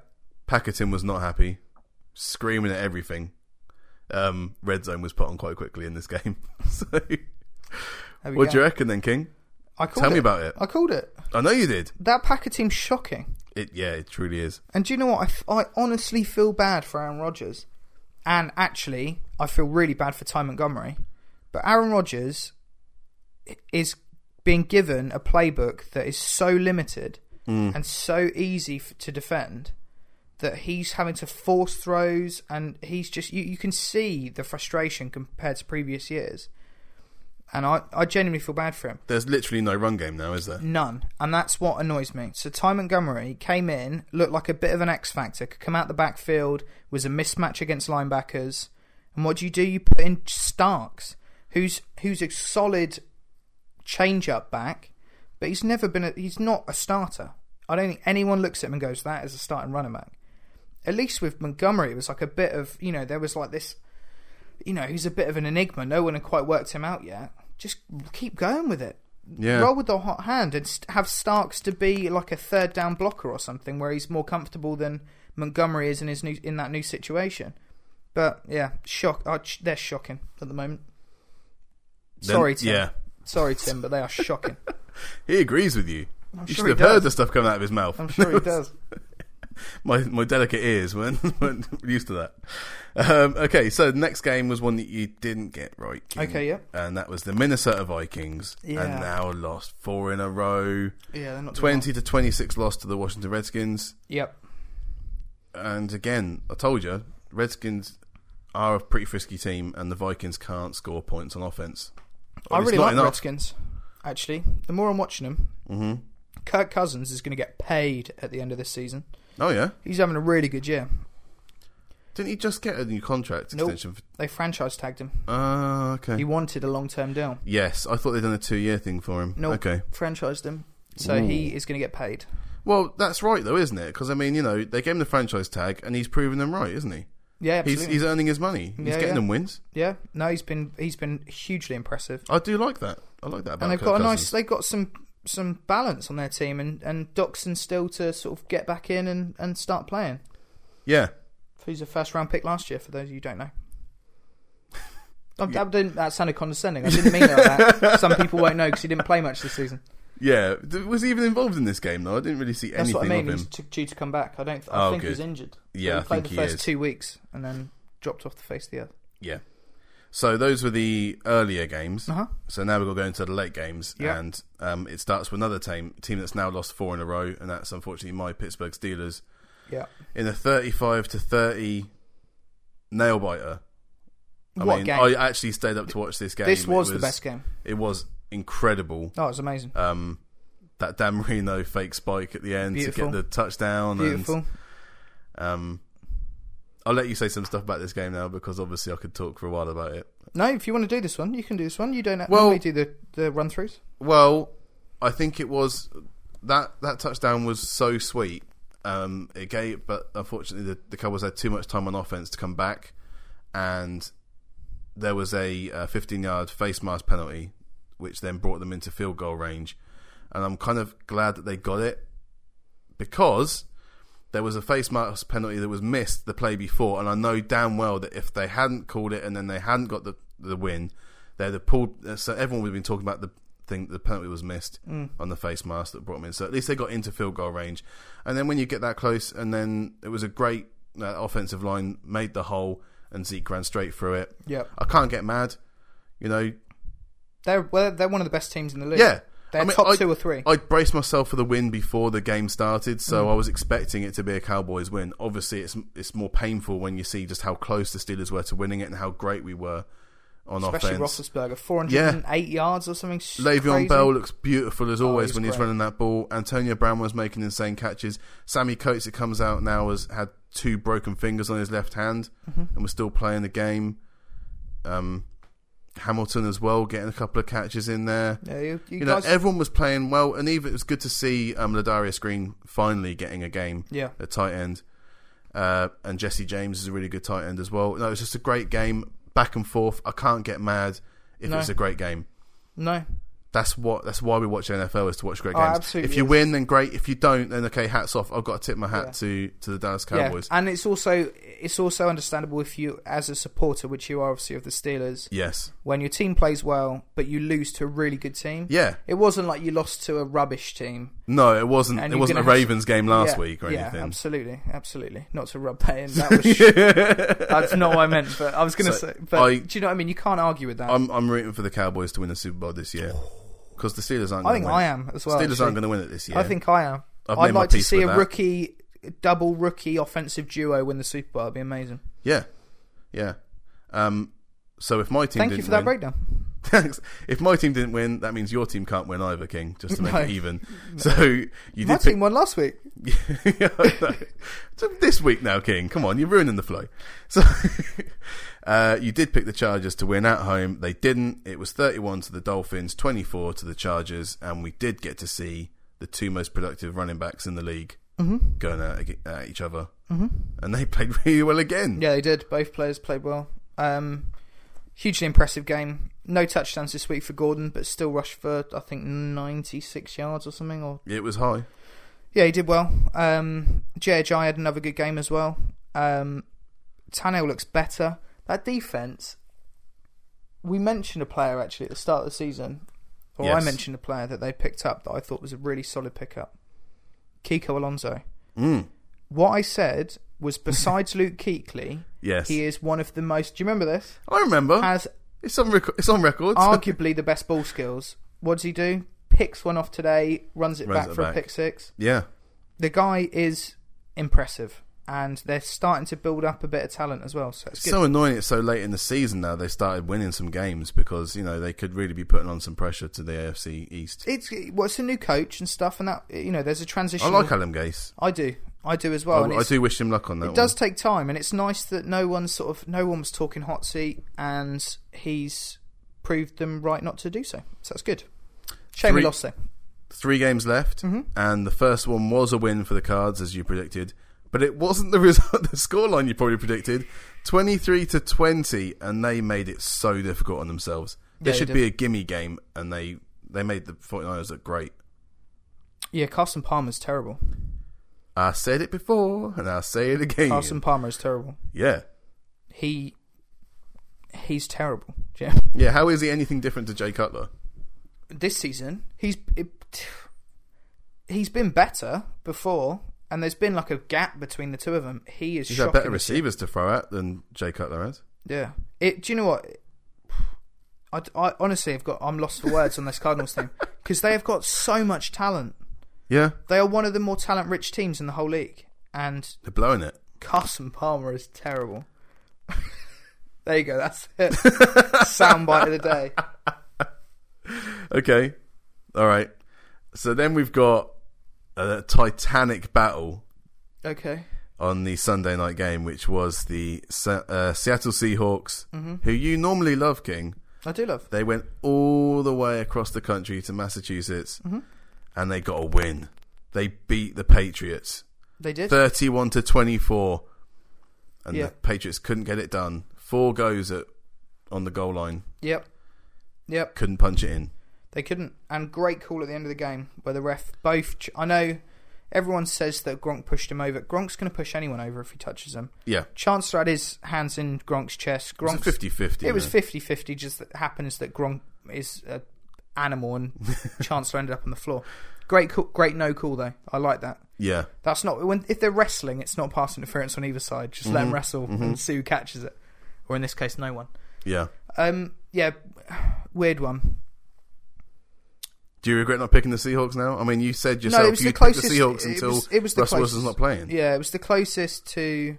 Speaker 1: Packer Tim was not happy, screaming at everything. Um, red zone was put on quite quickly in this game. so,
Speaker 2: There we
Speaker 1: what
Speaker 2: go.
Speaker 1: do you reckon then, King?
Speaker 2: I called
Speaker 1: Tell
Speaker 2: it.
Speaker 1: me about it.
Speaker 2: I called it.
Speaker 1: I know you did.
Speaker 2: That Packer team's shocking.
Speaker 1: It yeah, it truly is.
Speaker 2: And do you know what? I, f- I honestly feel bad for Aaron Rodgers. And actually, I feel really bad for Ty Montgomery. But Aaron Rodgers i- is being given a playbook that is so limited and so easy f- to defend that he's having to force throws and he's just you, you can see the frustration compared to previous years and I, I genuinely feel bad for him
Speaker 1: There's literally no run game now, is there?
Speaker 2: None. And that's what annoys me. So Ty Montgomery came in, looked like a bit of an X factor, could come out the backfield, was a mismatch against linebackers. And what do you do? You put in Starks, who's who's a solid change up back, but he's never been a, he's not a starter. I don't think anyone looks at him and goes, That is a starting running back. At least with Montgomery it was like a bit of you know, there was like this you know, he's a bit of an enigma. No one had quite worked him out yet. Just keep going with it.
Speaker 1: Yeah.
Speaker 2: roll with the hot hand and st- have Starks to be like a third down blocker or something where he's more comfortable than Montgomery is in his new in that new situation. But yeah, shock. Uh, sh- they're shocking at the moment.
Speaker 1: Then-
Speaker 2: Sorry, Tim.
Speaker 1: Yeah,
Speaker 2: Sorry, Tim, but they are shocking.
Speaker 1: he agrees with you.
Speaker 2: I'm
Speaker 1: you
Speaker 2: sure
Speaker 1: should
Speaker 2: he
Speaker 1: have heard
Speaker 2: does. Um,
Speaker 1: the stuff coming out of his mouth.
Speaker 2: I'm sure he does.
Speaker 1: my my delicate ears weren't, weren't used to that. Um, okay, so the next game was one that you didn't get right. King.
Speaker 2: Okay, yeah.
Speaker 1: and that was the Minnesota Vikings,
Speaker 2: Yeah.
Speaker 1: and now lost four in a row,
Speaker 2: Yeah, they're not doing
Speaker 1: twenty to twenty six loss to the Washington Redskins.
Speaker 2: well. Yep.
Speaker 1: And again, I told you, Redskins are a pretty frisky team, and the Vikings can't score points on offense. Or
Speaker 2: I
Speaker 1: it's
Speaker 2: really
Speaker 1: not
Speaker 2: like
Speaker 1: enough.
Speaker 2: Redskins. Actually, the more I'm watching them,
Speaker 1: Mm-hmm.
Speaker 2: Kirk Cousins is going to get paid at the end of this season.
Speaker 1: Oh yeah,
Speaker 2: He's having a really good year.
Speaker 1: didn't he just get a new contract
Speaker 2: Nope.
Speaker 1: extension? For-
Speaker 2: They franchise tagged him.
Speaker 1: Ah, okay.
Speaker 2: He wanted a long term deal.
Speaker 1: yes, I thought they'd done a two year thing for him.
Speaker 2: No,
Speaker 1: Okay.
Speaker 2: franchised him, so he is going to get paid.
Speaker 1: Well, that's right though, isn't it? Because I mean, you know, they gave him the franchise tag, and he's proven them right, isn't he?
Speaker 2: Yeah,
Speaker 1: He's
Speaker 2: absolutely.
Speaker 1: he's earning his money. He's
Speaker 2: Yeah,
Speaker 1: getting
Speaker 2: yeah.
Speaker 1: them wins.
Speaker 2: yeah, no, he's been he's been hugely impressive,
Speaker 1: I do like that. I like that about.
Speaker 2: and they've
Speaker 1: Kirk
Speaker 2: got a
Speaker 1: Cousins.
Speaker 2: nice they've got some some balance on their team, and and Doxson still to sort of get back in and and start playing.
Speaker 1: Yeah,
Speaker 2: Who's a first round pick last year? For those of you who don't know. I'm- I didn't, that sounded condescending. I didn't mean it like that. Some people won't know because he didn't play much this season.
Speaker 1: yeah. D- Was he even involved in this game though? I didn't really see
Speaker 2: That's
Speaker 1: anything
Speaker 2: what I mean.
Speaker 1: of
Speaker 2: He's
Speaker 1: him.
Speaker 2: t- due to come back. I don't. I
Speaker 1: Oh,
Speaker 2: think
Speaker 1: good.
Speaker 2: he's injured.
Speaker 1: Yeah,
Speaker 2: he
Speaker 1: I
Speaker 2: played
Speaker 1: think he
Speaker 2: the first
Speaker 1: is.
Speaker 2: two weeks and then dropped off the face of the earth.
Speaker 1: Yeah. So those were the earlier games.
Speaker 2: Uh huh.
Speaker 1: So now we're going to go into the late games,
Speaker 2: Yeah.
Speaker 1: and um, it starts with another team team that's now lost four in a row, and that's unfortunately my Pittsburgh Steelers
Speaker 2: Yeah.
Speaker 1: in a thirty-five to thirty nail biter. I
Speaker 2: what
Speaker 1: mean,
Speaker 2: game?
Speaker 1: I actually stayed up to watch this game.
Speaker 2: this
Speaker 1: It
Speaker 2: was, the best game.
Speaker 1: It was incredible.
Speaker 2: Oh, it was amazing.
Speaker 1: Um, that Dan Marino fake spike at the end
Speaker 2: Beautiful.
Speaker 1: to get the touchdown.
Speaker 2: Beautiful.
Speaker 1: And, um, I'll let you say some stuff about this game now because obviously I could talk for a while about it.
Speaker 2: No, if you want to do this one, you can do this one. You don't
Speaker 1: Well-
Speaker 2: normally do the, the run throughs.
Speaker 1: Well, I think it was that that touchdown was so sweet. Um, it gave, but unfortunately, the, the Cowboys had too much time on offense to come back, and there was a uh, 15-yard face mask penalty, which then brought them into field goal range. And I'm kind of glad that they got it because there was a face mask penalty that was missed the play before, and I know damn well that if they hadn't called it and then they hadn't got the the win, they'd have pulled. uh, So everyone would have been talking about the thing the penalty was missed on the face mask that brought them in. So at least they got into field goal range, and then when you get that close, and then it was a great uh, offensive line made the hole, and Zeke ran straight through it.
Speaker 2: Yep.
Speaker 1: I can't get mad, you know.
Speaker 2: They're well, they're one of the best teams in the league.
Speaker 1: Yeah.
Speaker 2: They're
Speaker 1: I mean,
Speaker 2: top
Speaker 1: I-
Speaker 2: two or three. Mm.
Speaker 1: I braced myself for the win before the game started, so I was expecting it to be a Cowboys win. Obviously, it's it's more painful when you see just how close the Steelers were to winning it and how great we were on
Speaker 2: Especially
Speaker 1: offense.
Speaker 2: Roethlisberger, 408 yards or something. s-
Speaker 1: Le'Veon
Speaker 2: crazy. Oh,
Speaker 1: Bell looks beautiful as always
Speaker 2: he's
Speaker 1: when he's
Speaker 2: great.
Speaker 1: running that ball. Antonio Brown was making insane catches. Sammy Coates, it comes out now, has had two broken fingers on his left hand
Speaker 2: Mm-hmm.
Speaker 1: and was still playing the game. Um, Hamilton as well, getting a couple of catches in there
Speaker 2: Yeah, you, you
Speaker 1: you know,
Speaker 2: guys.
Speaker 1: everyone was playing well, and even it was good to see um, Ladarius Green finally getting a game
Speaker 2: yeah.
Speaker 1: at tight end, uh, and Jesse James is a really good tight end as well. No, it was just a great game, back and forth. I can't get mad if
Speaker 2: No.
Speaker 1: it's a great game.
Speaker 2: No.
Speaker 1: That's what. That's why we watch NFL is to watch great
Speaker 2: Oh,
Speaker 1: games.
Speaker 2: absolutely
Speaker 1: if you
Speaker 2: is.
Speaker 1: win, then great. If you don't, then okay, hats off. I've got to tip my hat
Speaker 2: Yeah.
Speaker 1: to to the Dallas Cowboys.
Speaker 2: Yeah. And it's also it's also understandable if you, as a supporter, which you are obviously of the Steelers,
Speaker 1: Yes.
Speaker 2: when your team plays well, but you lose to a really good team.
Speaker 1: Yeah.
Speaker 2: It wasn't like you lost to a rubbish team
Speaker 1: No, it wasn't.
Speaker 2: And
Speaker 1: It
Speaker 2: you're
Speaker 1: wasn't a
Speaker 2: gonna have to-
Speaker 1: Ravens game last
Speaker 2: Yeah,
Speaker 1: week or
Speaker 2: yeah,
Speaker 1: anything.
Speaker 2: absolutely, absolutely. Not to rub that in. That was sh- that's not what I meant. But I was going to
Speaker 1: So,
Speaker 2: say. But
Speaker 1: I-
Speaker 2: do you know what I mean? You can't argue with that. i
Speaker 1: I'm I'm rooting for the Cowboys to win the Super Bowl this year because the Steelers aren't. gonna
Speaker 2: think
Speaker 1: win.
Speaker 2: Oh. I am as well.
Speaker 1: Steelers
Speaker 2: actually.
Speaker 1: aren't going to win it this year.
Speaker 2: I think I am.
Speaker 1: I've
Speaker 2: would
Speaker 1: made my
Speaker 2: like to
Speaker 1: peace
Speaker 2: see
Speaker 1: with
Speaker 2: a
Speaker 1: that.
Speaker 2: rookie, double rookie offensive duo win the Super Bowl. It'd be amazing.
Speaker 1: Yeah, yeah. Um, so if my team
Speaker 2: Thank
Speaker 1: didn't
Speaker 2: you for that
Speaker 1: win,
Speaker 2: breakdown.
Speaker 1: thanks. If my team didn't win, that means your team can't win either, King. Just to make
Speaker 2: No.
Speaker 1: it even. So you
Speaker 2: My
Speaker 1: did
Speaker 2: team won last week.
Speaker 1: pick Yeah, I know. So this week now, King. Come on, you're ruining the flow. So uh, you did pick the Chargers to win at home. They didn't. It was 31 to the Dolphins, 24 to the Chargers, and we did get to see the two most productive running backs in the league going at, at each other, mm-hmm. and they played really well again.
Speaker 2: Yeah, they did. Both players played well. Um, hugely impressive game. No touchdowns this week for Gordon, but still rushed for I think 96 yards or something. Or
Speaker 1: It was high.
Speaker 2: yeah, he did well. Um, JHI had another good game as well. Um, Tannehill looks better. That defense. We mentioned a player actually at the start of the season, or I
Speaker 1: Yes.
Speaker 2: mentioned a player that they picked up that I thought was a really solid pickup. Kiko Alonso.
Speaker 1: Mm.
Speaker 2: What I said was besides Luke Keekley,
Speaker 1: Yes.
Speaker 2: he is one of the most. Do you remember this?
Speaker 1: I remember.
Speaker 2: Has
Speaker 1: it's on record. It's on record.
Speaker 2: arguably the best ball skills. What does he do? Picks one off today, runs it
Speaker 1: Runs
Speaker 2: back
Speaker 1: it
Speaker 2: for
Speaker 1: back.
Speaker 2: a pick six.
Speaker 1: yeah.
Speaker 2: The guy is impressive, and they're starting to build up a bit of talent as well. So it's good.
Speaker 1: So annoying it's so late in the season now they started winning some games because, you know, they could really be putting on some pressure to the AFC East.
Speaker 2: it's well, it's a new coach and stuff, and that you know, there's a transition.
Speaker 1: I like Alan Gase.
Speaker 2: I do, I do as well. and
Speaker 1: I, I
Speaker 2: it's-
Speaker 1: do wish him luck on that
Speaker 2: It does take time, and it's nice that no one sort of no one was talking hot seat, and he's proved them right not to do so. So that's good. Shame
Speaker 1: Three-
Speaker 2: we lost though.
Speaker 1: Three games left,
Speaker 2: Mm-hmm.
Speaker 1: and the first one was a win for the Cards, as you predicted, but it wasn't the result, the scoreline you probably predicted 23 to 20, and they made it so difficult on themselves.
Speaker 2: Yeah,
Speaker 1: It
Speaker 2: they
Speaker 1: should
Speaker 2: did.
Speaker 1: be a gimme game, and they, they made the 49ers look great.
Speaker 2: Yeah, Carson Palmer's terrible.
Speaker 1: I said it before, and I'll say it again.
Speaker 2: Carson Palmer is terrible.
Speaker 1: Yeah.
Speaker 2: He he's terrible. Yeah.
Speaker 1: Yeah, how is he anything different to Jay Cutler?
Speaker 2: This season, he's it, he's been better before, and there's been like a gap between the two of them. He is
Speaker 1: He's
Speaker 2: shocking.
Speaker 1: had better receivers to throw at than Jay Cutler has.
Speaker 2: Yeah. It. Do you know what? I, I honestly have got. I'm lost for words on this Cardinals team because they have got so much talent.
Speaker 1: Yeah,
Speaker 2: They are one of the more talent-rich teams in the whole league, and
Speaker 1: they're blowing it.
Speaker 2: Carson Palmer is terrible. there you go. That's it. Soundbite of the day.
Speaker 1: Okay, all right. So then we've got a titanic battle
Speaker 2: Okay.
Speaker 1: on the Sunday night game, which was the Se- uh, Seattle Seahawks,
Speaker 2: Mm-hmm.
Speaker 1: who you normally love, King.
Speaker 2: I do love.
Speaker 1: They went all the way across the country to Massachusetts,
Speaker 2: Mm-hmm.
Speaker 1: and they got a win. They beat the Patriots.
Speaker 2: They did.
Speaker 1: 31 to 24 and
Speaker 2: Yeah.
Speaker 1: the patriots couldn't get it done four goes at on the goal line
Speaker 2: Yep. Yep.
Speaker 1: couldn't punch it in
Speaker 2: They couldn't. And great call at the end of the game where the ref both. Ch- I know everyone says that Gronk pushed him over. Gronk's going to push anyone over if he touches him.
Speaker 1: yeah
Speaker 2: Chancellor had his hands in Gronk's chest.
Speaker 1: it was a
Speaker 2: Gronk's,
Speaker 1: 50-50
Speaker 2: it was
Speaker 1: man.
Speaker 2: 50 50, just that happens that Gronk is an animal and Chancellor ended up on the floor. Great, call, great no call though. I like that.
Speaker 1: yeah
Speaker 2: That's not when if they're wrestling, it's not pass interference on either side. Just
Speaker 1: Mm-hmm,
Speaker 2: let them wrestle and see who catches it, or in this case, no one.
Speaker 1: yeah
Speaker 2: Um, yeah, weird one.
Speaker 1: do you regret not picking the seahawks now i mean you said
Speaker 2: it
Speaker 1: yourself
Speaker 2: was the
Speaker 1: you'd
Speaker 2: closest-
Speaker 1: pick the seahawks
Speaker 2: it
Speaker 1: until
Speaker 2: was- it was the
Speaker 1: russell wilson's not
Speaker 2: closest.
Speaker 1: playing
Speaker 2: Yeah, it was the closest to.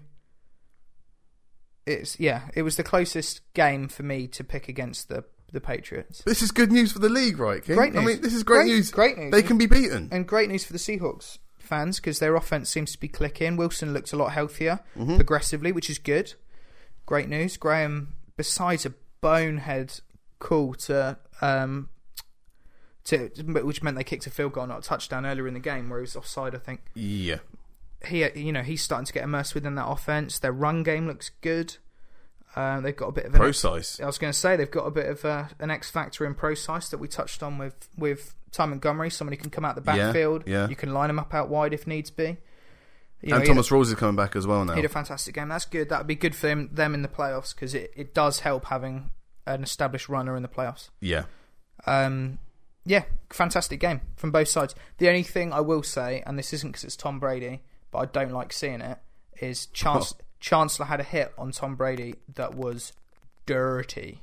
Speaker 2: It's yeah, it was the closest game for me to pick against the the Patriots.
Speaker 1: this is good news for the league right King?
Speaker 2: Great
Speaker 1: i
Speaker 2: news.
Speaker 1: mean this is great,
Speaker 2: Great-
Speaker 1: news
Speaker 2: great news.
Speaker 1: they can be beaten
Speaker 2: And great news for the Seahawks fans because their offense seems to be clicking. Wilson looks a lot healthier
Speaker 1: Mm-hmm.
Speaker 2: progressively, which is good. Great news. Graham, besides a bonehead call to um to which meant they kicked a field goal, not a touchdown earlier in the game where he was offside, I think.
Speaker 1: yeah
Speaker 2: He, you know, he's starting to get immersed within that offense. Their run game looks good. Um, they've got a bit of an
Speaker 1: process
Speaker 2: I was going to say they've got a bit of uh, an X factor in Procyse that we touched on with with Ty Montgomery. Somebody who can come out the
Speaker 1: Yeah,
Speaker 2: backfield.
Speaker 1: yeah.
Speaker 2: You can line him up out wide if needs be. You know,
Speaker 1: and
Speaker 2: he
Speaker 1: thomas rawls is coming back as well now
Speaker 2: had, he had a fantastic game. That's good. That would be good for them, them in the playoffs because it, it does help having an established runner in the playoffs.
Speaker 1: yeah
Speaker 2: Um, yeah, fantastic game from both sides. The only thing I will say, and this isn't because it's Tom Brady, but I don't like seeing it, is Chance- Chancellor had a hit on Tom Brady that was dirty.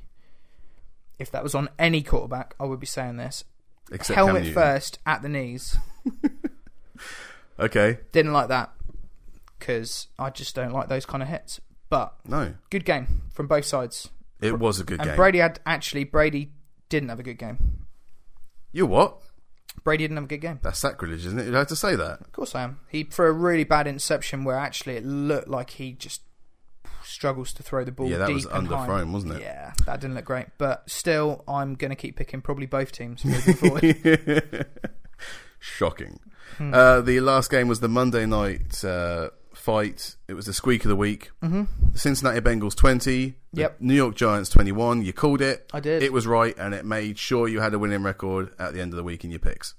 Speaker 2: If that was on any quarterback, I would be saying this.
Speaker 1: except Cam
Speaker 2: Helmet
Speaker 1: Newton.
Speaker 2: first at the knees.
Speaker 1: okay
Speaker 2: Didn't like that because I just don't like those kind of hits. But
Speaker 1: no
Speaker 2: good game from both sides.
Speaker 1: it was a good
Speaker 2: And
Speaker 1: game
Speaker 2: Brady had actually Brady didn't have a good game.
Speaker 1: you what
Speaker 2: Brady didn't have a good game.
Speaker 1: that's sacrilege isn't it you'd have to say that
Speaker 2: Of course I am. He for a really bad interception where actually it looked like he just struggles to throw the ball.
Speaker 1: Yeah, that
Speaker 2: deep
Speaker 1: was
Speaker 2: and high.
Speaker 1: underthrown, wasn't it?
Speaker 2: Yeah, that didn't look great. But still, I'm going to keep picking probably both teams moving forward. Hmm.
Speaker 1: Shocking. Uh, the last game was the Monday night uh, fight. It was the squeak of the week.
Speaker 2: Mm-hmm.
Speaker 1: The Cincinnati Bengals 20. the
Speaker 2: Yep.
Speaker 1: New York Giants 21. You called it.
Speaker 2: I did.
Speaker 1: It was right, and it made sure you had a winning record at the end of the week in your picks.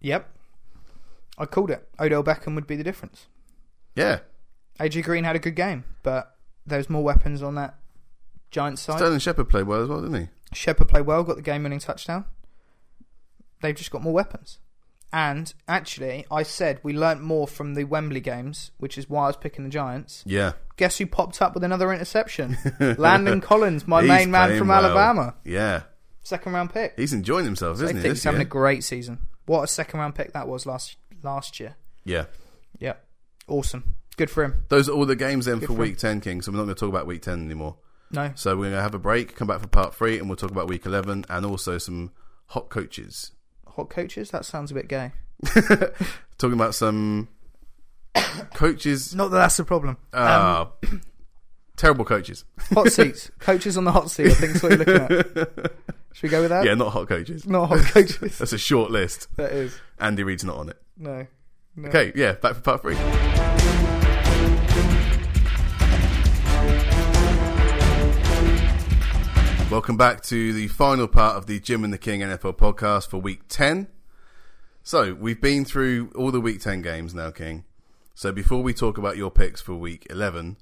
Speaker 2: Yep. I called it. Odell Beckham would be the difference.
Speaker 1: Yeah.
Speaker 2: AJ Green had a good game, but there's more weapons on that Giants side.
Speaker 1: Sterling Shepard played well as well, didn't he?
Speaker 2: Shepard played well, got the game winning touchdown. They've just got more weapons. And actually, I said we learnt more from the Wembley games, which is why I was picking the Giants.
Speaker 1: Yeah.
Speaker 2: Guess who popped up with another interception? Landon Collins, my
Speaker 1: He's
Speaker 2: main man
Speaker 1: playing
Speaker 2: from
Speaker 1: well.
Speaker 2: Alabama.
Speaker 1: Yeah.
Speaker 2: Second round pick.
Speaker 1: He's enjoying himself,
Speaker 2: I
Speaker 1: isn't
Speaker 2: think
Speaker 1: he?
Speaker 2: he's
Speaker 1: this
Speaker 2: having
Speaker 1: year?
Speaker 2: a great season. What a second round pick that was last last year.
Speaker 1: yeah.
Speaker 2: Yep. Awesome. Good for him.
Speaker 1: Those are all the games then
Speaker 2: Good
Speaker 1: for
Speaker 2: for him.
Speaker 1: week 10, King, so we're not going to talk about week 10 anymore.
Speaker 2: No.
Speaker 1: So we're going to have a break, come back for part three, and we'll talk about week 11 and also some hot coaches.
Speaker 2: Hot coaches? That sounds a bit gay.
Speaker 1: Talking about some coaches.
Speaker 2: Not that that's the problem.
Speaker 1: Uh, terrible coaches.
Speaker 2: Hot seats. coaches on the hot seat, I think is what you're looking at. Should we go with that?
Speaker 1: Yeah, not hot coaches.
Speaker 2: Not hot coaches.
Speaker 1: That's a short list.
Speaker 2: that is.
Speaker 1: Andy Reid's not on it.
Speaker 2: No. no.
Speaker 1: Okay, yeah, back for part three. Welcome back to the final part of the Jim and the King NFL podcast for week 10. So, we've been through all the week 10 games now, King. So, before we talk about your picks for week 11,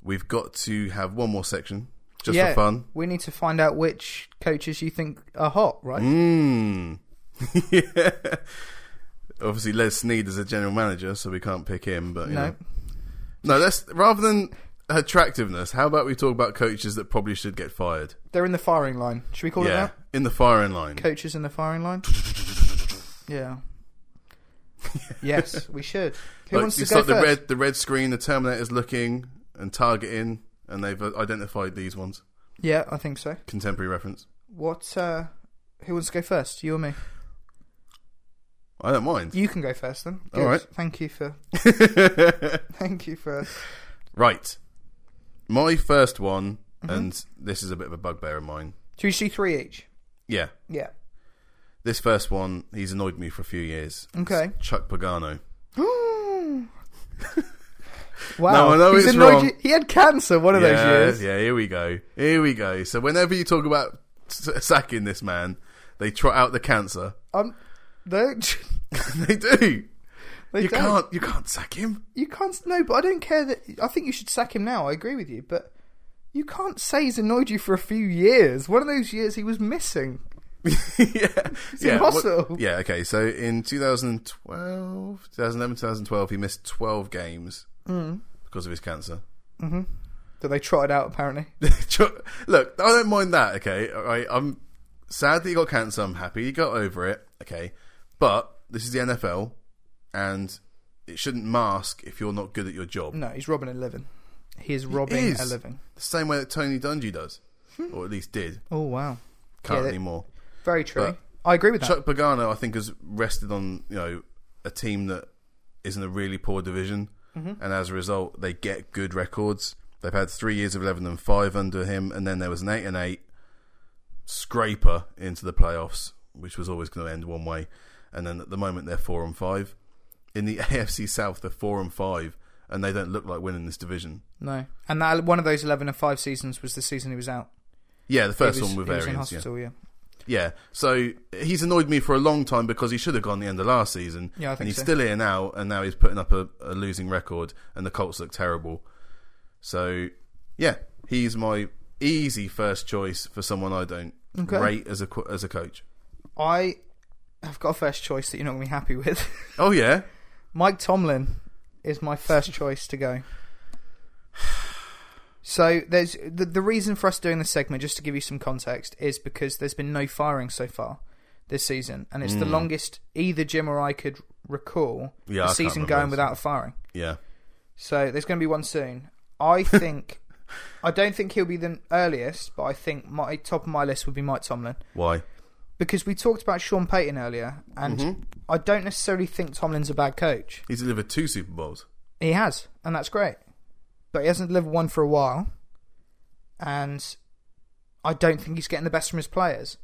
Speaker 1: we've got to have one more section just
Speaker 2: yeah,
Speaker 1: for fun.
Speaker 2: We need to find out which coaches you think are hot, right?
Speaker 1: Mm. yeah. Obviously, Les Snead is a general manager, so we can't pick him. But you
Speaker 2: No.
Speaker 1: know. no. Let's rather than attractiveness. How about we talk about coaches that probably should get fired?
Speaker 2: They're in the firing line. Should we call
Speaker 1: yeah,
Speaker 2: it that?
Speaker 1: in the firing line.
Speaker 2: Coaches in the firing line? yeah. yes, we should. Who
Speaker 1: Like,
Speaker 2: wants to
Speaker 1: it's
Speaker 2: go
Speaker 1: like
Speaker 2: first?
Speaker 1: the red, the red screen. The Terminator's looking and targeting, and they've uh, identified these ones.
Speaker 2: Yeah, I think so.
Speaker 1: Contemporary reference.
Speaker 2: What? Uh, who wants to go first? You or me?
Speaker 1: I don't mind.
Speaker 2: You can go first then.
Speaker 1: All
Speaker 2: Good.
Speaker 1: right.
Speaker 2: Thank you for. Thank you for.
Speaker 1: right. My first one,
Speaker 2: Mm-hmm.
Speaker 1: and this is a bit of a bugbear of mine.
Speaker 2: Should we see three each?
Speaker 1: Yeah.
Speaker 2: Yeah.
Speaker 1: This first one, he's annoyed me for a few years.
Speaker 2: Okay.
Speaker 1: It's Chuck Pagano.
Speaker 2: wow.
Speaker 1: No, I know
Speaker 2: He's
Speaker 1: it's
Speaker 2: annoyed
Speaker 1: wrong.
Speaker 2: you- He had cancer one of
Speaker 1: yeah,
Speaker 2: those years.
Speaker 1: yeah, here we go. Here we go. So whenever you talk about s- sacking this man, they trot out the cancer.
Speaker 2: Um, don't.
Speaker 1: they do.
Speaker 2: They
Speaker 1: you
Speaker 2: don't.
Speaker 1: can't. You can't sack him.
Speaker 2: You can't. No, but I don't care that. I think you should sack him now. I agree with you, but you can't say he's annoyed you for a few years. One of those years he was missing.
Speaker 1: yeah.
Speaker 2: in
Speaker 1: what-
Speaker 2: hospital.
Speaker 1: yeah, okay. So in 2012, 2011, 2012, he missed 12 games
Speaker 2: Mm.
Speaker 1: because of his cancer.
Speaker 2: That they trotted out apparently.
Speaker 1: Chuck- Look, I don't mind that. Okay, all right. I'm sad that you got cancer. I'm happy you got over it. Okay, but this is the NFL, and it shouldn't mask if you're not good at your job.
Speaker 2: No, he's robbing a living. He is robbing
Speaker 1: is.
Speaker 2: a living.
Speaker 1: The same way that Tony Dungy does, or at least did.
Speaker 2: Oh wow,
Speaker 1: Can't
Speaker 2: that-
Speaker 1: anymore.
Speaker 2: very true.
Speaker 1: But-
Speaker 2: I agree with that.
Speaker 1: Chuck Pagano, I think, has rested on you know a team that is in a really poor division,
Speaker 2: Mm-hmm.
Speaker 1: and as a result, they get good records. They've had three years of eleven and five under him, and then there was an eight and eight scraper into the playoffs, which was always going to end one way. And then at the moment, they're four and five in the AFC South. They're four and five, and they don't look like winning this division.
Speaker 2: no, and that one of those eleven and five seasons was the season he was out.
Speaker 1: Yeah, the
Speaker 2: He
Speaker 1: first
Speaker 2: was-
Speaker 1: one with
Speaker 2: he was in
Speaker 1: variants. Yeah.
Speaker 2: hospital. Yeah.
Speaker 1: Yeah, so he's annoyed me for a long time because he should have gone the end of last season.
Speaker 2: Yeah, I think
Speaker 1: and he's
Speaker 2: so.
Speaker 1: still here now, and now he's putting up a, a losing record, and the Colts look terrible. So, yeah, he's my easy first choice for someone I don't
Speaker 2: Okay.
Speaker 1: rate as a co- as a coach.
Speaker 2: I have got a first choice that you're not going to be happy with.
Speaker 1: Oh yeah,
Speaker 2: Mike Tomlin is my first choice to go. So there's the, the reason for us doing this segment, just to give you some context, is because there's been no firing so far this season, and it's the longest either Jim or I could recall
Speaker 1: Hmm. Yeah, I
Speaker 2: the
Speaker 1: can't
Speaker 2: season
Speaker 1: remember
Speaker 2: going
Speaker 1: this.
Speaker 2: without a firing.
Speaker 1: yeah,
Speaker 2: So there's going to be one soon. I think. I don't think he'll be the earliest, but I think my top of my list would be Mike Tomlin
Speaker 1: why?
Speaker 2: because we talked about Sean Payton earlier, and
Speaker 1: Mm-hmm.
Speaker 2: I don't necessarily think Tomlin's a bad coach.
Speaker 1: He's delivered two Super Bowls.
Speaker 2: He has, and that's great. But he hasn't delivered one for a while, and I don't think he's getting the best from his players.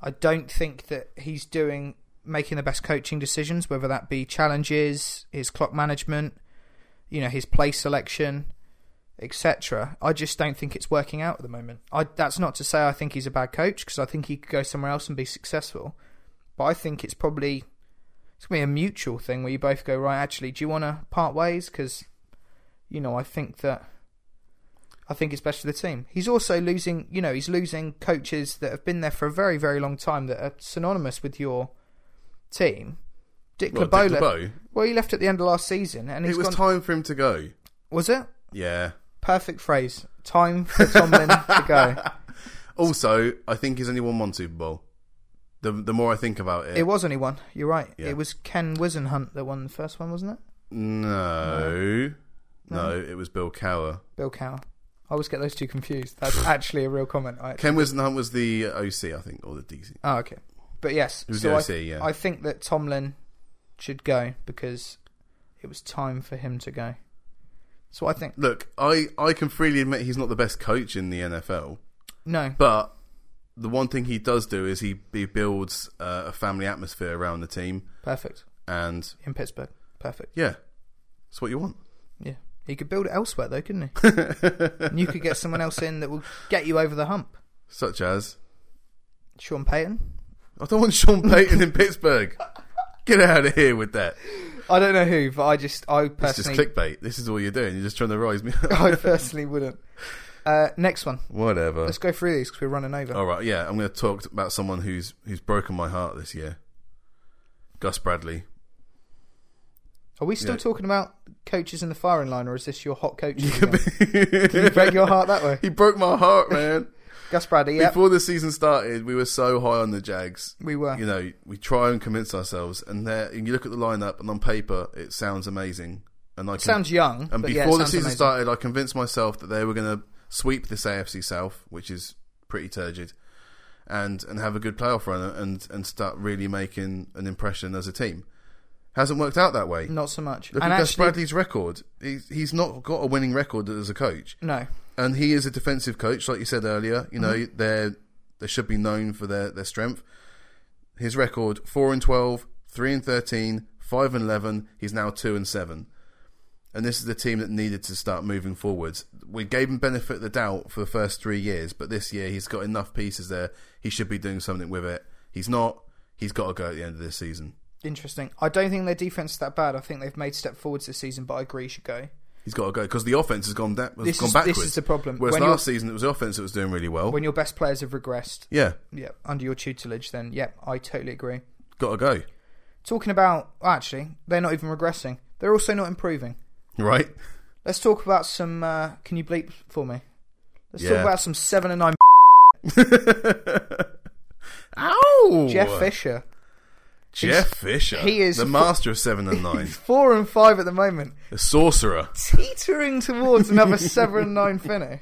Speaker 2: I don't think that he's doing making the best coaching decisions, whether that be challenges, his clock management, you know his play selection, etc. I just don't think it's working out at the moment. I that's not to say I think he's a bad coach because I think he could go somewhere else and be successful, but I think it's probably it's gonna be a mutual thing where you both go right. Actually, do you want to part ways? Because you know I think that I think it's best for the team. He's also losing, you know, he's losing coaches that have been there for a very very long time that are synonymous with your team. Dick
Speaker 1: Well,
Speaker 2: LeBeau,
Speaker 1: Dick
Speaker 2: left-
Speaker 1: LeBeau?
Speaker 2: well, he left at the end of last season, and
Speaker 1: It
Speaker 2: he's
Speaker 1: was
Speaker 2: gone.
Speaker 1: time for him to go.
Speaker 2: was it?
Speaker 1: Yeah.
Speaker 2: Perfect phrase. Time for Tomlin to go.
Speaker 1: Also, I think he's only won one Super Bowl. The the more I think about it,
Speaker 2: It was only one. You're right.
Speaker 1: Yeah.
Speaker 2: It was Ken Wisenhunt that won the first one, wasn't it?
Speaker 1: no, no, it was Bill Cower.
Speaker 2: Bill Cowell. I always get those two confused. That's actually a real comment. I,
Speaker 1: Ken Wisenhunt was the OC, I think, or the DC.
Speaker 2: oh, okay. But yes,
Speaker 1: was
Speaker 2: so
Speaker 1: the
Speaker 2: I,
Speaker 1: OC, yeah.
Speaker 2: I think that Tomlin should go because it was time for him to go. So I think
Speaker 1: Look, I I can freely admit he's not the best coach in the NFL,
Speaker 2: no.
Speaker 1: but the one thing he does do is he he builds uh, a family atmosphere around the team,
Speaker 2: Perfect
Speaker 1: and
Speaker 2: in Pittsburgh. Perfect.
Speaker 1: yeah, that's what you want.
Speaker 2: Yeah. He could build it elsewhere though, couldn't he? and you could get someone else in that will get you over the hump.
Speaker 1: Such as
Speaker 2: Sean Payton.
Speaker 1: I don't want Sean Payton in Pittsburgh. Get out of here with that.
Speaker 2: I don't know who, but I just I
Speaker 1: It's just
Speaker 2: personally
Speaker 1: clickbait. This is all you're doing. You're just trying to rise me. up.
Speaker 2: I personally wouldn't. Uh, next one.
Speaker 1: Whatever.
Speaker 2: Let's go through these because we're running over.
Speaker 1: All right, yeah, I'm going to talk about someone who's who's broken my heart this year. Gus Bradley.
Speaker 2: Are we still
Speaker 1: yeah.
Speaker 2: talking about coaches in the firing line, or is this your hot coaches? again? Did you break your heart that way?
Speaker 1: He broke my heart, man.
Speaker 2: Gus Bradley. Yeah,
Speaker 1: Before the season started, we were so high on the Jags.
Speaker 2: we were.
Speaker 1: You know, we try and convince ourselves, and there, and you look at the lineup, and on paper, it sounds amazing. And I can,
Speaker 2: sounds young,
Speaker 1: and
Speaker 2: but
Speaker 1: before
Speaker 2: yeah, it
Speaker 1: the
Speaker 2: sounds
Speaker 1: season
Speaker 2: amazing.
Speaker 1: started, I convinced myself that they were going to sweep this AFC South, which is pretty turgid, and and have a good playoff run and and start really making an impression as a team. Hasn't worked out that way.
Speaker 2: not so much.
Speaker 1: Look
Speaker 2: Mm. and
Speaker 1: at
Speaker 2: actually,
Speaker 1: Gus Bradley's record. He's, he's not got a winning record as a coach,
Speaker 2: no,
Speaker 1: and he is a defensive coach, like you said earlier. You know,
Speaker 2: Mm-hmm.
Speaker 1: they're they should be known for their their strength. His record: four and 12, 3 and 13, 5 and eleven. He's now two and seven. And this is the team that needed to start moving forwards. We gave him benefit of the doubt for the first three years, but this year he's got enough pieces there. He should be doing something with it. He's not. He's got to go at the end of this season.
Speaker 2: interesting. I don't think their defense is that bad. I think they've made step forwards this season, but I agree, should go.
Speaker 1: He's got to go because the offense has gone da- has
Speaker 2: This
Speaker 1: gone
Speaker 2: is- this
Speaker 1: backwards.
Speaker 2: is the problem.
Speaker 1: Whereas
Speaker 2: When
Speaker 1: last season it was the offense that was doing really well.
Speaker 2: When your best players have regressed,
Speaker 1: yeah,
Speaker 2: yeah, under your tutelage, then yeah, I totally agree.
Speaker 1: got to go.
Speaker 2: Talking about well, actually, they're not even regressing. They're also not improving.
Speaker 1: Right?
Speaker 2: Let's talk about some. Uh, can you bleep for me? Let's
Speaker 1: Yeah.
Speaker 2: talk about some seven and nine.
Speaker 1: Ow!
Speaker 2: Jeff Fisher.
Speaker 1: uh, Jeff Fisher.
Speaker 2: Oh! he is
Speaker 1: the
Speaker 2: fu-
Speaker 1: master of seven and nine,
Speaker 2: He's four and five at the moment,
Speaker 1: the sorcerer.
Speaker 2: teetering towards another seven and nine finish.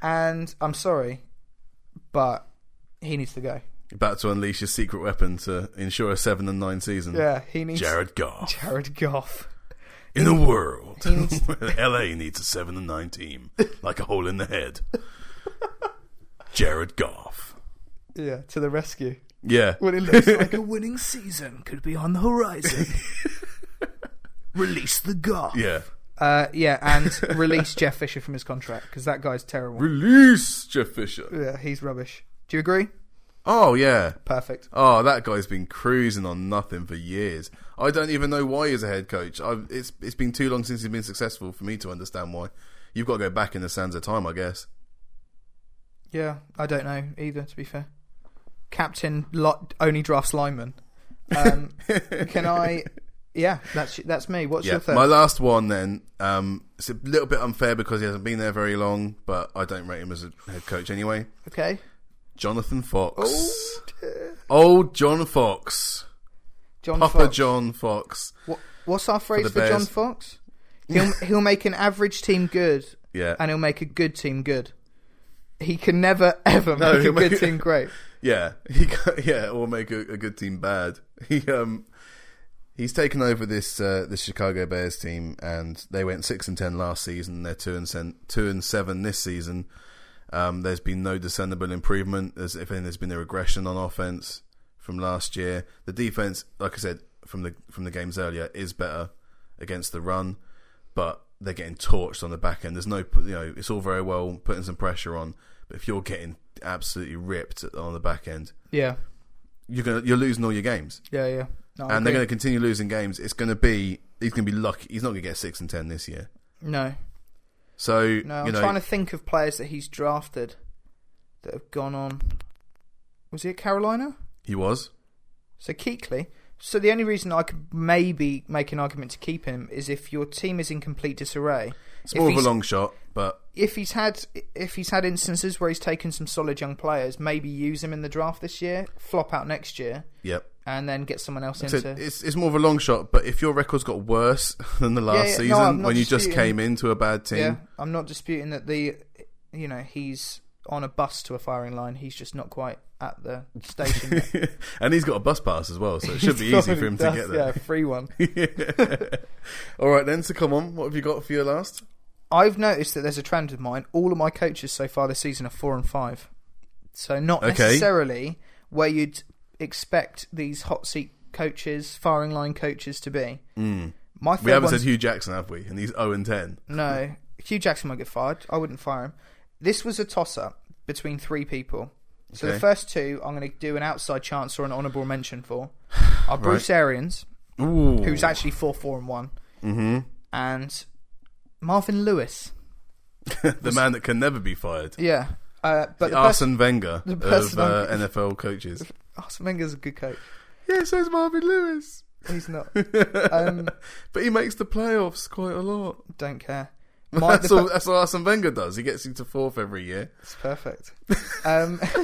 Speaker 2: And I'm sorry, but he needs to go.
Speaker 1: About to unleash his secret weapon to ensure a seven and nine season.
Speaker 2: Yeah, he needs
Speaker 1: Hmm. Jared Goff
Speaker 2: Jared Goff.
Speaker 1: in a world
Speaker 2: He needs-
Speaker 1: where LA needs a seven and nine team like a hole in the head. Jared Goff.
Speaker 2: Yeah, to the rescue.
Speaker 1: Yeah.
Speaker 2: When it looks like a winning season could be on the horizon. Release the Goff.
Speaker 1: Yeah.
Speaker 2: Uh, yeah, and release Jeff Fisher from his contract because that guy's terrible.
Speaker 1: Release Jeff Fisher.
Speaker 2: yeah, he's rubbish. Do you agree?
Speaker 1: Oh yeah.
Speaker 2: Perfect.
Speaker 1: Oh, that guy's been cruising on nothing for years. I don't even know why he's a head coach. I've, it's it's been too long since he's been successful for me to understand why. You've got to go back in the sands of time, I guess.
Speaker 2: Yeah, I don't know either. To be fair, captain lo- only drafts linemen. Um, can I? Yeah, that's that's me. What's
Speaker 1: Yeah.
Speaker 2: your third?
Speaker 1: My last one then. Um, it's a little bit unfair because he hasn't been there very long, but I don't rate him as a head coach anyway.
Speaker 2: okay.
Speaker 1: Jonathan Fox.
Speaker 2: Oh,
Speaker 1: Old John Fox.
Speaker 2: John
Speaker 1: Papa
Speaker 2: Fox.
Speaker 1: John Fox.
Speaker 2: Wha- What's our phrase
Speaker 1: the
Speaker 2: for, John
Speaker 1: Bears.
Speaker 2: Fox? He'll he'll make an average team good,
Speaker 1: Yeah.
Speaker 2: and he'll make a good team good. He can never ever
Speaker 1: No,
Speaker 2: make a
Speaker 1: he'll
Speaker 2: good
Speaker 1: make-
Speaker 2: team great.
Speaker 1: Yeah, he got, yeah, or make a, a good team bad. He um he's taken over this uh, this Chicago Bears team, and they went six and ten last season. They're two and sen- two and seven this season. Um, there's been no discernible improvement. There's, if anything, there's been a regression on offense from last year. The defense, like I said from the from the games earlier, is better against the run, but they're getting torched on the back end. There's no, you know, it's all very well putting some pressure on, but if you're getting absolutely ripped on the back end,
Speaker 2: Yeah.
Speaker 1: you're gonna you're losing all your games,
Speaker 2: Yeah. Yeah. No, I
Speaker 1: and they're
Speaker 2: agree.
Speaker 1: going to continue losing games. It's going to be he's going to be lucky. He's not going to get six and ten this year.
Speaker 2: No.
Speaker 1: So
Speaker 2: No. I'm
Speaker 1: you know,
Speaker 2: trying to think of players that he's drafted that have gone on. Was he at Carolina?
Speaker 1: he was.
Speaker 2: So Keekley. So the only reason I could maybe make an argument to keep him is if your team is in complete disarray.
Speaker 1: It's
Speaker 2: If
Speaker 1: more of a
Speaker 2: he's-
Speaker 1: long shot, but
Speaker 2: if he's had if he's had instances where he's taken some solid young players, maybe use him in the draft this year, flop out next year,
Speaker 1: yep.
Speaker 2: and then get someone else
Speaker 1: So
Speaker 2: into.
Speaker 1: it's it's more of a long shot. But if your record's got worse than the last
Speaker 2: yeah, no,
Speaker 1: season
Speaker 2: I'm not
Speaker 1: when you just
Speaker 2: disputing-
Speaker 1: came into a bad team,
Speaker 2: yeah, I'm not disputing that the you know he's on a bus to a firing line. He's just not quite at the station. yet.
Speaker 1: and he's got a bus pass as well, so it should be
Speaker 2: He's
Speaker 1: easy for him to
Speaker 2: probably
Speaker 1: get
Speaker 2: does,
Speaker 1: there.
Speaker 2: Yeah, free one.
Speaker 1: All right then, so come on, what have you got for your last?
Speaker 2: I've noticed that there's a trend with mine. All of my coaches so far this season are four and five. So not
Speaker 1: Okay.
Speaker 2: necessarily where you'd expect these hot seat coaches, firing line coaches to be. My
Speaker 1: Hmm. We
Speaker 2: third
Speaker 1: haven't
Speaker 2: one's-
Speaker 1: said Hugh Jackson, have we? And he's zero and ten.
Speaker 2: No, Hugh Jackson won't get fired. I wouldn't fire him. This was a toss up between three people. So
Speaker 1: Okay.
Speaker 2: the first two, I'm going to do an outside chance or an honourable mention for are Bruce Arians,
Speaker 1: Ooh,
Speaker 2: who's actually four, four, and one,
Speaker 1: hmm
Speaker 2: and Marvin Lewis.
Speaker 1: the man that can never be fired.
Speaker 2: Yeah, uh, but the person,
Speaker 1: Arsene Wenger
Speaker 2: the
Speaker 1: of
Speaker 2: person
Speaker 1: uh,
Speaker 2: I'm-
Speaker 1: NFL coaches.
Speaker 2: Arsene Wenger's a good coach.
Speaker 1: Yeah, so's Marvin Lewis,
Speaker 2: He's not. Um,
Speaker 1: but he makes the playoffs quite a lot.
Speaker 2: don't care. My,
Speaker 1: that's
Speaker 2: the-
Speaker 1: all. That's what Arsene Wenger does. He gets into fourth every year.
Speaker 2: It's perfect. Um,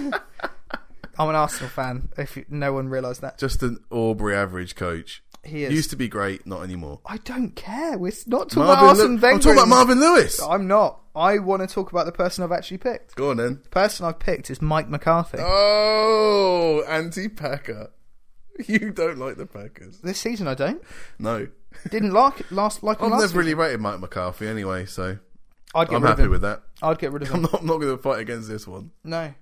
Speaker 2: I'm an Arsenal fan. If you, no one realised that,
Speaker 1: Just an Aubrey average coach.
Speaker 2: he is.
Speaker 1: Used to be great, not anymore.
Speaker 2: I don't care. We're not talking about
Speaker 1: Marvin
Speaker 2: Arsene
Speaker 1: Lew-
Speaker 2: Wenger.
Speaker 1: I'm talking about
Speaker 2: anymore.
Speaker 1: Marvin Lewis.
Speaker 2: I'm not. I want to talk about the person I've actually picked.
Speaker 1: Go on then.
Speaker 2: The person I've picked is Mike McCarthy.
Speaker 1: Oh, anti-Packer. You don't like the Packers.
Speaker 2: This season I don't.
Speaker 1: No.
Speaker 2: Didn't like it last like him
Speaker 1: I've
Speaker 2: last
Speaker 1: never
Speaker 2: season.
Speaker 1: really rated Mike McCarthy anyway, so
Speaker 2: I'd get
Speaker 1: I'm
Speaker 2: rid
Speaker 1: happy
Speaker 2: of him.
Speaker 1: with that.
Speaker 2: I'd get rid of
Speaker 1: I'm
Speaker 2: him.
Speaker 1: not, I'm not going to fight against this one.
Speaker 2: No.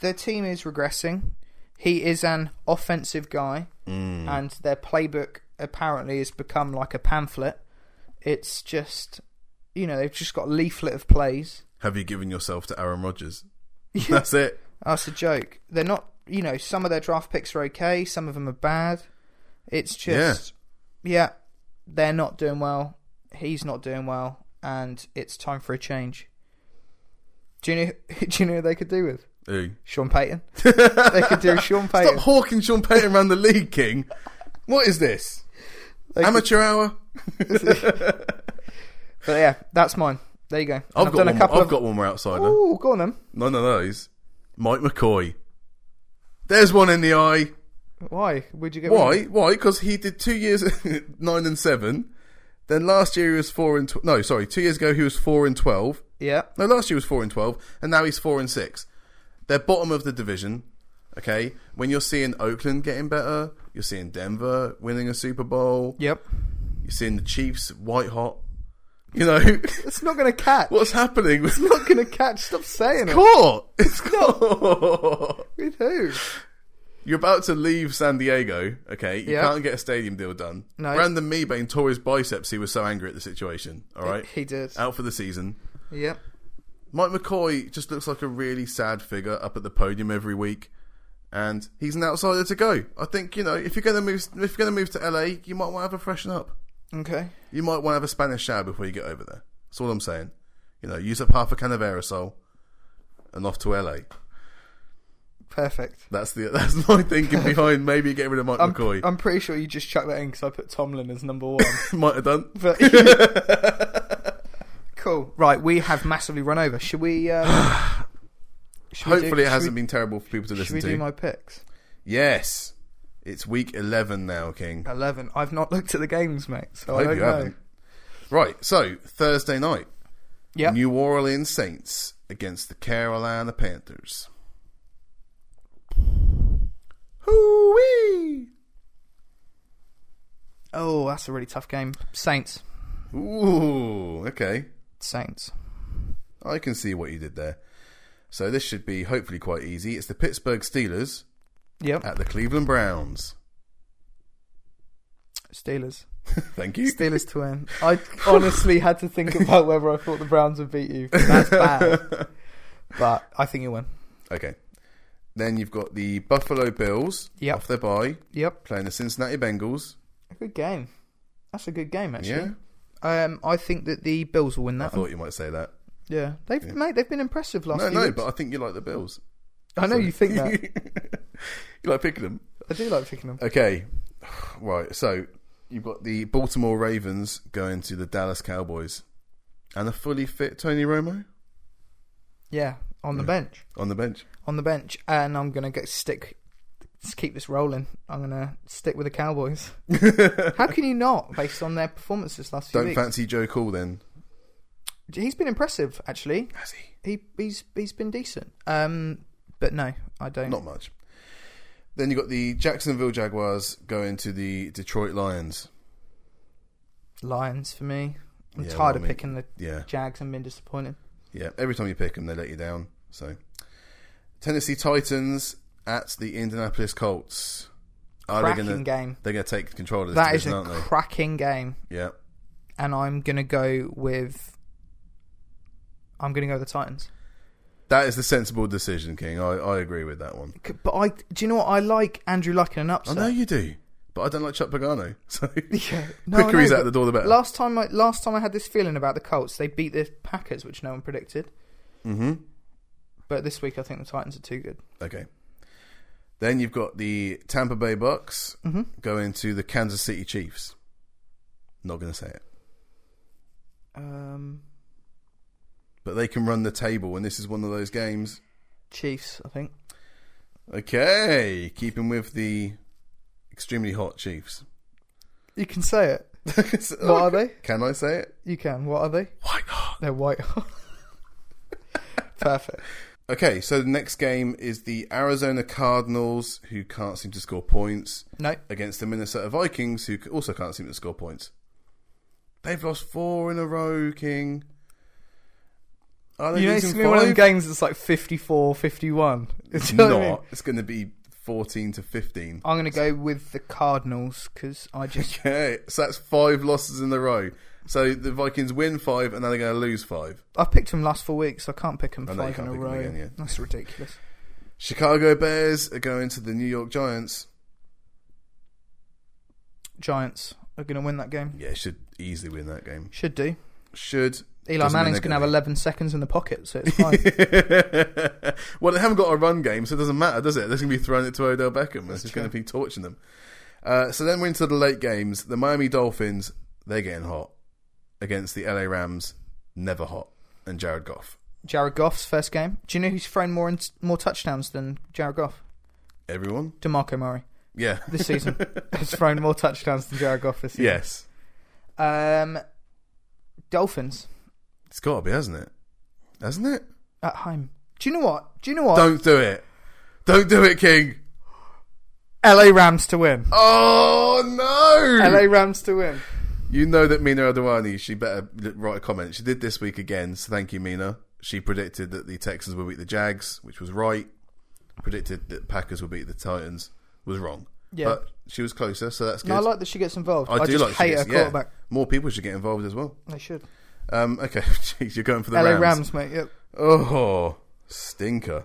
Speaker 2: Their team is regressing. He is an offensive guy and their playbook apparently has become like a pamphlet. It's just you know, they've just got a leaflet of plays.
Speaker 1: Have you given yourself to Aaron Rodgers? That's it.
Speaker 2: That's a joke. They're not, you know, some of their draft picks are okay, some of them are bad. It's just, yeah, they're not doing well. He's not doing well, and it's time for a change. Do you know? Do you know who they could do with
Speaker 1: Ooh.
Speaker 2: Sean Payton? they could do with Sean
Speaker 1: Stop
Speaker 2: Payton.
Speaker 1: hawking Sean Payton around the league, King. What is this?
Speaker 2: They could-
Speaker 1: Amateur hour?
Speaker 2: but yeah, that's mine. There you go. And
Speaker 1: I've, got,
Speaker 2: done
Speaker 1: one,
Speaker 2: a couple
Speaker 1: I've
Speaker 2: of.
Speaker 1: got one more outsider.
Speaker 2: Ooh, go on then.
Speaker 1: None of those. Mike McCoy. There's one in the eye.
Speaker 2: Why would you get? rid of
Speaker 1: Why? Why? Because he did two years, nine and seven. Then last year he was four and tw- no, sorry, two years ago he was four and twelve.
Speaker 2: Yeah.
Speaker 1: No, last year was four and twelve, and now he's four and six. They're bottom of the division. Okay, when you're seeing Oakland getting better, you're seeing Denver winning a Super Bowl.
Speaker 2: Yep.
Speaker 1: You're seeing the Chiefs white hot. You know
Speaker 2: It's not going to catch.
Speaker 1: what's happening? With-
Speaker 2: It's not going to catch. Stop saying it.
Speaker 1: caught. It's caught.
Speaker 2: With who?
Speaker 1: You're about to leave San Diego, okay? You
Speaker 2: Yeah.
Speaker 1: can't get a stadium deal done.
Speaker 2: No.
Speaker 1: Brandon Mebane tore his biceps. He was so angry at the situation, all right? Uh,
Speaker 2: He did.
Speaker 1: Out for the season.
Speaker 2: Yep.
Speaker 1: Mike McCoy just looks like a really sad figure up at the podium every week. And he's an outsider to go. I think you know if you're gonna move if you're gonna move to LA, you might want to have a freshen up.
Speaker 2: Okay.
Speaker 1: You might want to have a Spanish shower before you get over there. That's all I'm saying. You know, use up half a can of aerosol, and off to LA.
Speaker 2: Perfect.
Speaker 1: That's the that's my thinking behind maybe getting rid of Mike
Speaker 2: I'm,
Speaker 1: McCoy.
Speaker 2: I'm pretty sure you just chucked that in because I put Tomlin as number one.
Speaker 1: might have done.
Speaker 2: but cool. Right, we have massively run over. Should we? Um, should we do-
Speaker 1: Hopefully, it
Speaker 2: should
Speaker 1: hasn't
Speaker 2: we-
Speaker 1: been terrible for people to
Speaker 2: Should
Speaker 1: listen
Speaker 2: we
Speaker 1: to.
Speaker 2: do my picks?
Speaker 1: yes, it's week eleven now, King.
Speaker 2: Eleven. I've not looked at the games, mate, so Oh, I,
Speaker 1: Hope
Speaker 2: don't
Speaker 1: you
Speaker 2: know.
Speaker 1: haven't. Right, so Thursday night,
Speaker 2: Yep.
Speaker 1: New Orleans Saints against the Carolina Panthers. Hoo-wee!
Speaker 2: Oh, that's a really tough game. Saints.
Speaker 1: Ooh, okay.
Speaker 2: Saints.
Speaker 1: I can see what you did there. So this should be hopefully quite easy. It's the Pittsburgh Steelers
Speaker 2: Yep.
Speaker 1: at the Cleveland Browns.
Speaker 2: Steelers.
Speaker 1: Thank you.
Speaker 2: Steelers to win. I honestly had to think about whether I thought the Browns would beat you. That's bad. But I think you win.
Speaker 1: Okay. Then you've got the Buffalo Bills
Speaker 2: Yep.
Speaker 1: off their bye
Speaker 2: Yep.
Speaker 1: playing the Cincinnati Bengals.
Speaker 2: Good game. That's a good game,
Speaker 1: yeah,
Speaker 2: actually. Um, I think that the Bills will win
Speaker 1: I
Speaker 2: that. one.
Speaker 1: thought you might say that.
Speaker 2: Yeah, they've
Speaker 1: Yeah.
Speaker 2: mate, they've been impressive last.
Speaker 1: No,
Speaker 2: few
Speaker 1: no,
Speaker 2: weeks.
Speaker 1: but I think you like the Bills.
Speaker 2: I know you think that.
Speaker 1: you like picking them.
Speaker 2: I do like picking them.
Speaker 1: Okay, right. So you've got the Baltimore Ravens going to the Dallas Cowboys, and a fully fit Tony Romo
Speaker 2: Yeah, on the bench,
Speaker 1: on the bench.
Speaker 2: on the bench, and I'm gonna go stick. Just keep this rolling. I'm gonna stick with the Cowboys. How can you not, based on their performances last few
Speaker 1: Don't
Speaker 2: weeks?
Speaker 1: fancy Joe Cool then,
Speaker 2: he's been impressive, actually.
Speaker 1: has he?
Speaker 2: He he's he's been decent. Um, but no, I don't.
Speaker 1: Not much. Then you got the Jacksonville Jaguars going to the Detroit Lions.
Speaker 2: Lions for me. I'm
Speaker 1: Yeah,
Speaker 2: tired
Speaker 1: well, I
Speaker 2: of
Speaker 1: mean-
Speaker 2: picking the
Speaker 1: Yeah,
Speaker 2: Jags and being disappointed.
Speaker 1: yeah. Every time you pick them, they let you down. So Tennessee Titans at the Indianapolis Colts. Are they
Speaker 2: Cracking
Speaker 1: going to?
Speaker 2: game.
Speaker 1: They're going to take control of this
Speaker 2: That is
Speaker 1: division,
Speaker 2: a
Speaker 1: aren't they?
Speaker 2: cracking game.
Speaker 1: yeah.
Speaker 2: and I'm gonna go with. I'm gonna go with the Titans,
Speaker 1: That is the sensible decision, King. I, I agree with that one.
Speaker 2: C- but I do you know what I like Andrew Luck in an
Speaker 1: I
Speaker 2: upset.
Speaker 1: know you do, but I don't like Chuck Pagano. So
Speaker 2: Yeah,
Speaker 1: quicker
Speaker 2: I
Speaker 1: he's
Speaker 2: know,
Speaker 1: out the
Speaker 2: but
Speaker 1: door, the better.
Speaker 2: Last time, I last time I had this feeling about the Colts, they beat the Packers, which no one predicted.
Speaker 1: hmm
Speaker 2: But this week, I think the Titans are too good.
Speaker 1: Okay. Then you've got the Tampa Bay Bucks
Speaker 2: Mhm.
Speaker 1: going to the Kansas City Chiefs. Not going to say it,
Speaker 2: Um,
Speaker 1: but they can run the table, and this is one of those games.
Speaker 2: Chiefs, I think.
Speaker 1: Okay, keeping with the extremely hot Chiefs.
Speaker 2: You can say it. What
Speaker 1: So-
Speaker 2: are they?
Speaker 1: can I say it?
Speaker 2: You can. What are they?
Speaker 1: Why not?
Speaker 2: They're white. Perfect.
Speaker 1: Okay, so the next game is the Arizona Cardinals, who can't seem to score points.
Speaker 2: No,
Speaker 1: against the Minnesota Vikings, who also can't seem to score points. They've lost four in a row, King. Are they
Speaker 2: you know it's
Speaker 1: losing
Speaker 2: gonna be one of
Speaker 1: five?
Speaker 2: them games that's like 54, 51.
Speaker 1: It's
Speaker 2: Do you know what I mean?
Speaker 1: not. It's going to be fourteen to fifteen.
Speaker 2: I'm going to go with the Cardinals because I just
Speaker 1: Okay, so that's five losses in a row. So the Vikings win five, and then they're going to lose five.
Speaker 2: I've picked them last four weeks. So I can't pick them
Speaker 1: I know you
Speaker 2: five in
Speaker 1: can't
Speaker 2: a
Speaker 1: pick 'em
Speaker 2: row.
Speaker 1: again, yeah.
Speaker 2: That's ridiculous.
Speaker 1: Chicago Bears are going to the New York Giants.
Speaker 2: Giants are going to win that game.
Speaker 1: Yeah, should easily win that game.
Speaker 2: Should do.
Speaker 1: Should
Speaker 2: Eli
Speaker 1: Doesn't mean
Speaker 2: Manning's
Speaker 1: they're
Speaker 2: going to have
Speaker 1: gonna
Speaker 2: 11 seconds in the pocket, so it's fine.
Speaker 1: well, they haven't got a run game, so it doesn't matter, does it? They're going to be throwing it to Odell Beckham. That's just going to be torching them. Uh, so then we're into the late games. The Miami Dolphins, they're getting hot against the LA Rams, never hot, and Jared Goff.
Speaker 2: Jared Goff's first game. Do you know who's thrown more in, more touchdowns than Jared Goff?
Speaker 1: Everyone?
Speaker 2: Demarco Murray
Speaker 1: Yeah.
Speaker 2: this season has thrown more touchdowns than Jared Goff this season.
Speaker 1: yes.
Speaker 2: Yeah. Um, Dolphins
Speaker 1: It's got to be, hasn't it? Hasn't it?
Speaker 2: at home. Do you know what? Do you know what?
Speaker 1: Don't do it. Don't do it, King.
Speaker 2: LA Rams to win.
Speaker 1: Oh, no.
Speaker 2: LA Rams to win.
Speaker 1: You know that Mina Adwani, she better l- write a comment. She did this week again, so thank you, Mina. She predicted that the Texans would beat the Jags, which was right. Predicted that Packers would beat the Titans, was wrong.
Speaker 2: Yeah.
Speaker 1: But she was closer, so that's good.
Speaker 2: No, I like that she gets involved. I,
Speaker 1: I do
Speaker 2: just
Speaker 1: like she
Speaker 2: hate
Speaker 1: gets-
Speaker 2: her
Speaker 1: yeah.
Speaker 2: quarterback.
Speaker 1: More people should get involved as well.
Speaker 2: They should.
Speaker 1: Um, okay, jeez, you're going for the
Speaker 2: LA
Speaker 1: Rams.
Speaker 2: Rams. mate. Yep.
Speaker 1: Oh, stinker.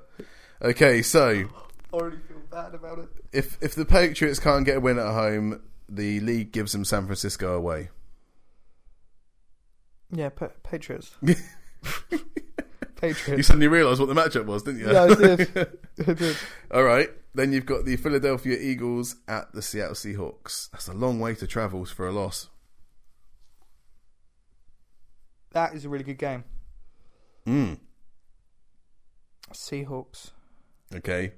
Speaker 1: Okay, so
Speaker 2: Already feel bad about it.
Speaker 1: if if the Patriots can't get a win at home, the league gives them San Francisco away.
Speaker 2: Yeah, pa- Patriots. Patriots.
Speaker 1: You suddenly realised what the matchup was, didn't you?
Speaker 2: yeah, I did. I did.
Speaker 1: All right. Then you've got the Philadelphia Eagles at the Seattle Seahawks. That's a long way to travel for a loss.
Speaker 2: That is a really good game.
Speaker 1: Mm.
Speaker 2: Seahawks.
Speaker 1: Okay.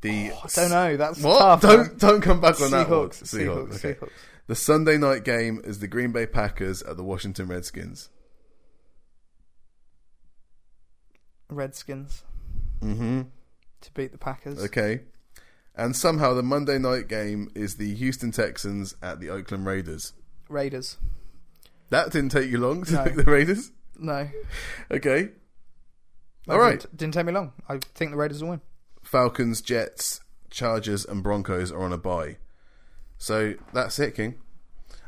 Speaker 1: The
Speaker 2: Oh, I don't know. That's
Speaker 1: What?
Speaker 2: tough.
Speaker 1: don't
Speaker 2: man.
Speaker 1: don't come back on that one.
Speaker 2: Seahawks. Seahawks. Seahawks.
Speaker 1: okay. The Sunday night game is the Green Bay Packers at the Washington Redskins.
Speaker 2: Redskins
Speaker 1: Mm-hmm.
Speaker 2: to beat the Packers.
Speaker 1: Okay. And somehow the Monday night game is the Houston Texans at the Oakland Raiders.
Speaker 2: Raiders.
Speaker 1: That didn't take you long to
Speaker 2: No.
Speaker 1: pick the Raiders.
Speaker 2: No.
Speaker 1: Okay.
Speaker 2: That
Speaker 1: All right.
Speaker 2: Didn't, didn't take me long. I think the Raiders will win.
Speaker 1: Falcons, Jets, Chargers, and Broncos are on a bye. So that's it, King.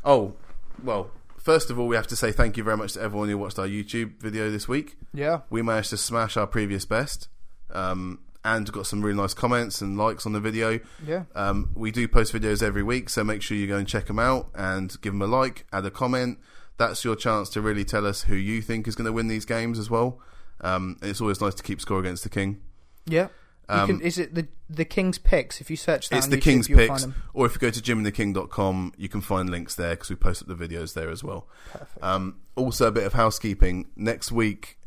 Speaker 1: Oh, well, first of all, we have to say thank you very much to everyone who watched our YouTube video this week.
Speaker 2: Yeah.
Speaker 1: We managed to smash our previous best, um, and got some really nice comments and likes on the video.
Speaker 2: Yeah.
Speaker 1: Um, we do post videos every week, so make sure you go and check them out and give them a like, add a comment. That's your chance to really tell us who you think is going to win these games as well. Um, it's always nice to keep score against the king.
Speaker 2: Yeah. You
Speaker 1: Um,
Speaker 2: can, is it the the King's Picks? If you search that,
Speaker 1: it's
Speaker 2: on
Speaker 1: the
Speaker 2: YouTube,
Speaker 1: King's
Speaker 2: you'll
Speaker 1: Picks,
Speaker 2: Find 'em.
Speaker 1: or if you go to jimandtheking.com, you can find links there because we post up the videos there as well. Um, also, a bit of housekeeping. Next week,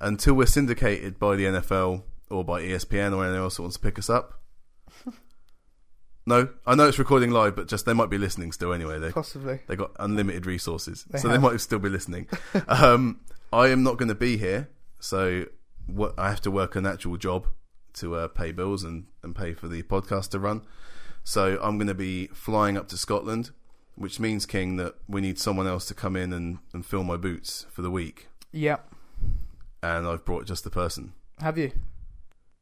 Speaker 1: until we're syndicated by the NFL or by E ESPN or anyone else that wants to pick us up. no, I know it's recording live, but just they might be listening still anyway. They
Speaker 2: Possibly.
Speaker 1: they got unlimited resources,
Speaker 2: They
Speaker 1: so
Speaker 2: have.
Speaker 1: they might still be listening. um, I am not going to be here, so what, I have to work an actual job to uh, pay bills and, and pay for the podcast to run. So I'm going to be flying up to Scotland, which means King that we need someone else to come in and, and fill my boots for the week.
Speaker 2: Yeah.
Speaker 1: And I've brought just the person.
Speaker 2: Have you?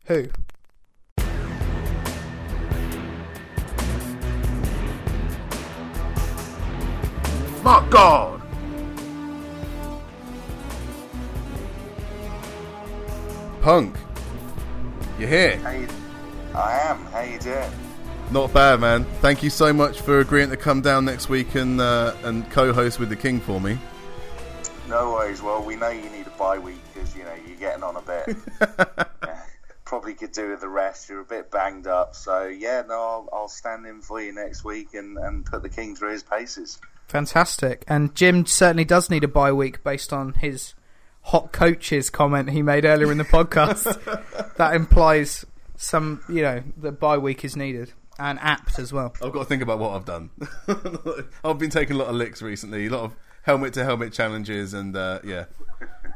Speaker 2: Who?
Speaker 1: My God. Punk, you're here.
Speaker 3: How you, I am. How you doing?
Speaker 1: Not bad, man. Thank you so much for agreeing to come down next week and uh, and co-host with the King for me.
Speaker 3: No worries. Well, we know you need a bye week because you know you're getting on a bit. Yeah. Probably could do with the rest. You're a bit banged up, so yeah. No, I'll, I'll stand in for you next week and, and put the king through his paces.
Speaker 2: Fantastic. And Jim certainly does need a bye week based on his hot coaches comment he made earlier in the podcast. that implies some, you know, the bye week is needed and apt as well.
Speaker 1: I've got to think about what I've done. I've been taking a lot of licks recently, a lot of helmet to helmet challenges, and uh, yeah,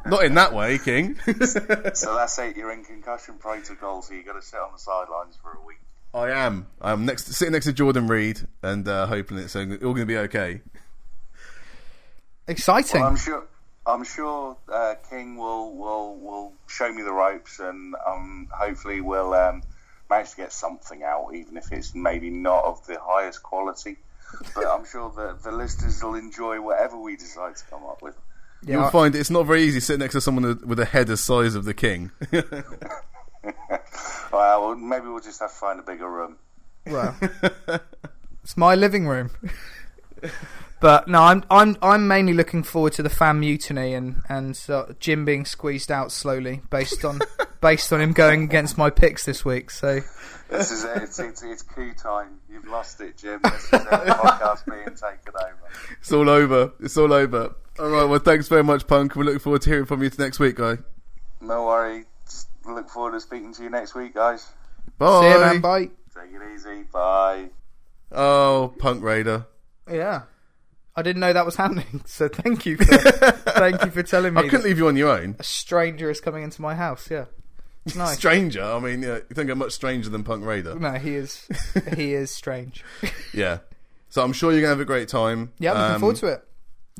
Speaker 1: not in that way, King.
Speaker 3: So that's it. You're in concussion protocol, so you got to sit on the sidelines for a week.
Speaker 1: I am. I'm next, sitting next to Jordan Reed, and uh, hoping it's all going to be okay.
Speaker 2: Exciting.
Speaker 3: Well, I'm sure. I'm sure uh, King will will will show me the ropes, and um, hopefully we'll um, manage to get something out, even if it's maybe not of the highest quality. But I'm sure the the listeners will enjoy whatever we decide to come up with.
Speaker 2: Yeah,
Speaker 1: You'll
Speaker 2: I-
Speaker 1: find it's not very easy sitting next to someone with a head the size of the King.
Speaker 3: Uh, Well, well, maybe we'll just have to find a bigger room.
Speaker 2: well, it's my living room. but no, I'm I'm I'm mainly looking forward to the fan mutiny and and uh, Jim being squeezed out slowly based on based on him going against my picks this week. So
Speaker 3: This is it. It's, it's, it's coup time. You've lost it, Jim. This is it. The podcast being taken over.
Speaker 1: it's all over. It's all over. All right. Well, thanks very much, Punk. We're looking forward to hearing from you next week, guy.
Speaker 3: No worry. Just look forward to speaking to you next week, guys.
Speaker 1: Bye.
Speaker 2: see you, man. Bye.
Speaker 3: Take it easy. Bye.
Speaker 1: Oh, Punk Raider.
Speaker 2: Yeah. I didn't know that was happening, so thank you for thank you for telling me.
Speaker 1: I couldn't
Speaker 2: that
Speaker 1: leave you on your own.
Speaker 2: a stranger is coming into my house. Yeah, it's nice.
Speaker 1: Stranger. I mean, yeah, you don't get much stranger than Punk Raider.
Speaker 2: no, he is he is strange.
Speaker 1: Yeah. So I'm sure you're gonna have a great time. Um,
Speaker 2: Yeah, I'm looking forward to it.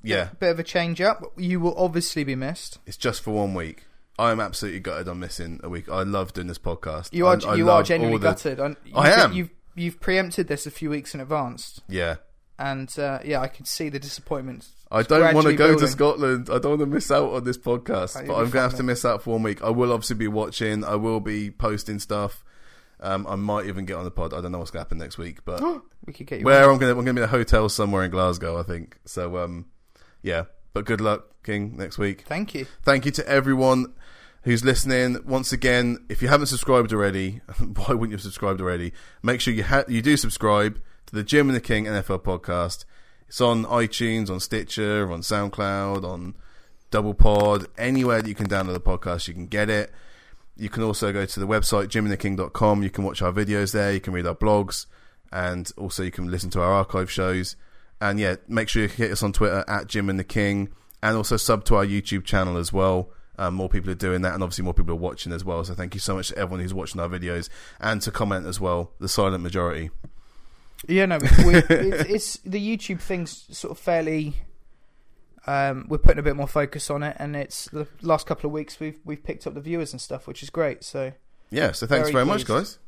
Speaker 1: Yeah,
Speaker 2: Bit of a change up. You will obviously be missed.
Speaker 1: it's just for one week. I am absolutely gutted. I'm missing a week. I love doing this podcast.
Speaker 2: You are
Speaker 1: I- I
Speaker 2: you are
Speaker 1: love
Speaker 2: genuinely
Speaker 1: all the-
Speaker 2: gutted. And you,
Speaker 1: I am.
Speaker 2: You've you've preempted this a few weeks in advance,
Speaker 1: Yeah.
Speaker 2: and uh, yeah, I can see the disappointment.
Speaker 1: I don't want to
Speaker 2: gradually
Speaker 1: go to
Speaker 2: building.
Speaker 1: Scotland. I don't want to miss out on this podcast.
Speaker 2: you'll
Speaker 1: but
Speaker 2: be
Speaker 1: I'm going to
Speaker 2: fine,
Speaker 1: have to
Speaker 2: mate.
Speaker 1: miss out for one week. I will obviously be watching. I will be posting stuff. Um, I might even get on the pod. I don't know what's going to happen next week, but
Speaker 2: We could get you.
Speaker 1: where I'm gonna I'm gonna be in a hotel somewhere in Glasgow, I think. So um, yeah. But good luck, King, next week.
Speaker 2: Thank you.
Speaker 1: Thank you to everyone who's listening. Once again, if you haven't subscribed already, why wouldn't you have subscribed already? Make sure you ha- you do subscribe to the Jim and the King NFL podcast. It's on iTunes, on Stitcher, on SoundCloud, on Double Pod, anywhere that you can download the podcast, you can get it. You can also go to the website jimandtheking.com. You can watch our videos there. You can read our blogs, and also you can listen to our archive shows. And yeah, make sure you hit us on Twitter at Jim and the King, and also sub to our YouTube channel as well. Um, more people are doing that, and obviously more people are watching as well. So thank you so much to everyone who's watching our videos and to comment as well. The silent majority.
Speaker 2: Yeah, no, we, it's, it's the YouTube thing's sort of fairly. Um, we're putting a bit more focus on it, and it's the last couple of weeks we've we've picked up the viewers and stuff, which is great. So
Speaker 1: Yeah, so thanks very,
Speaker 2: Very
Speaker 1: much,
Speaker 2: pleased.
Speaker 1: guys.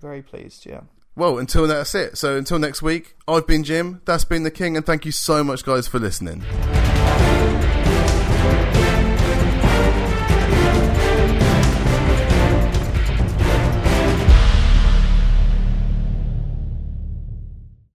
Speaker 2: very pleased. Yeah,
Speaker 1: Well, until that's it. So until next week, I've been Jim, that's been the King, and thank you so much, guys, for listening.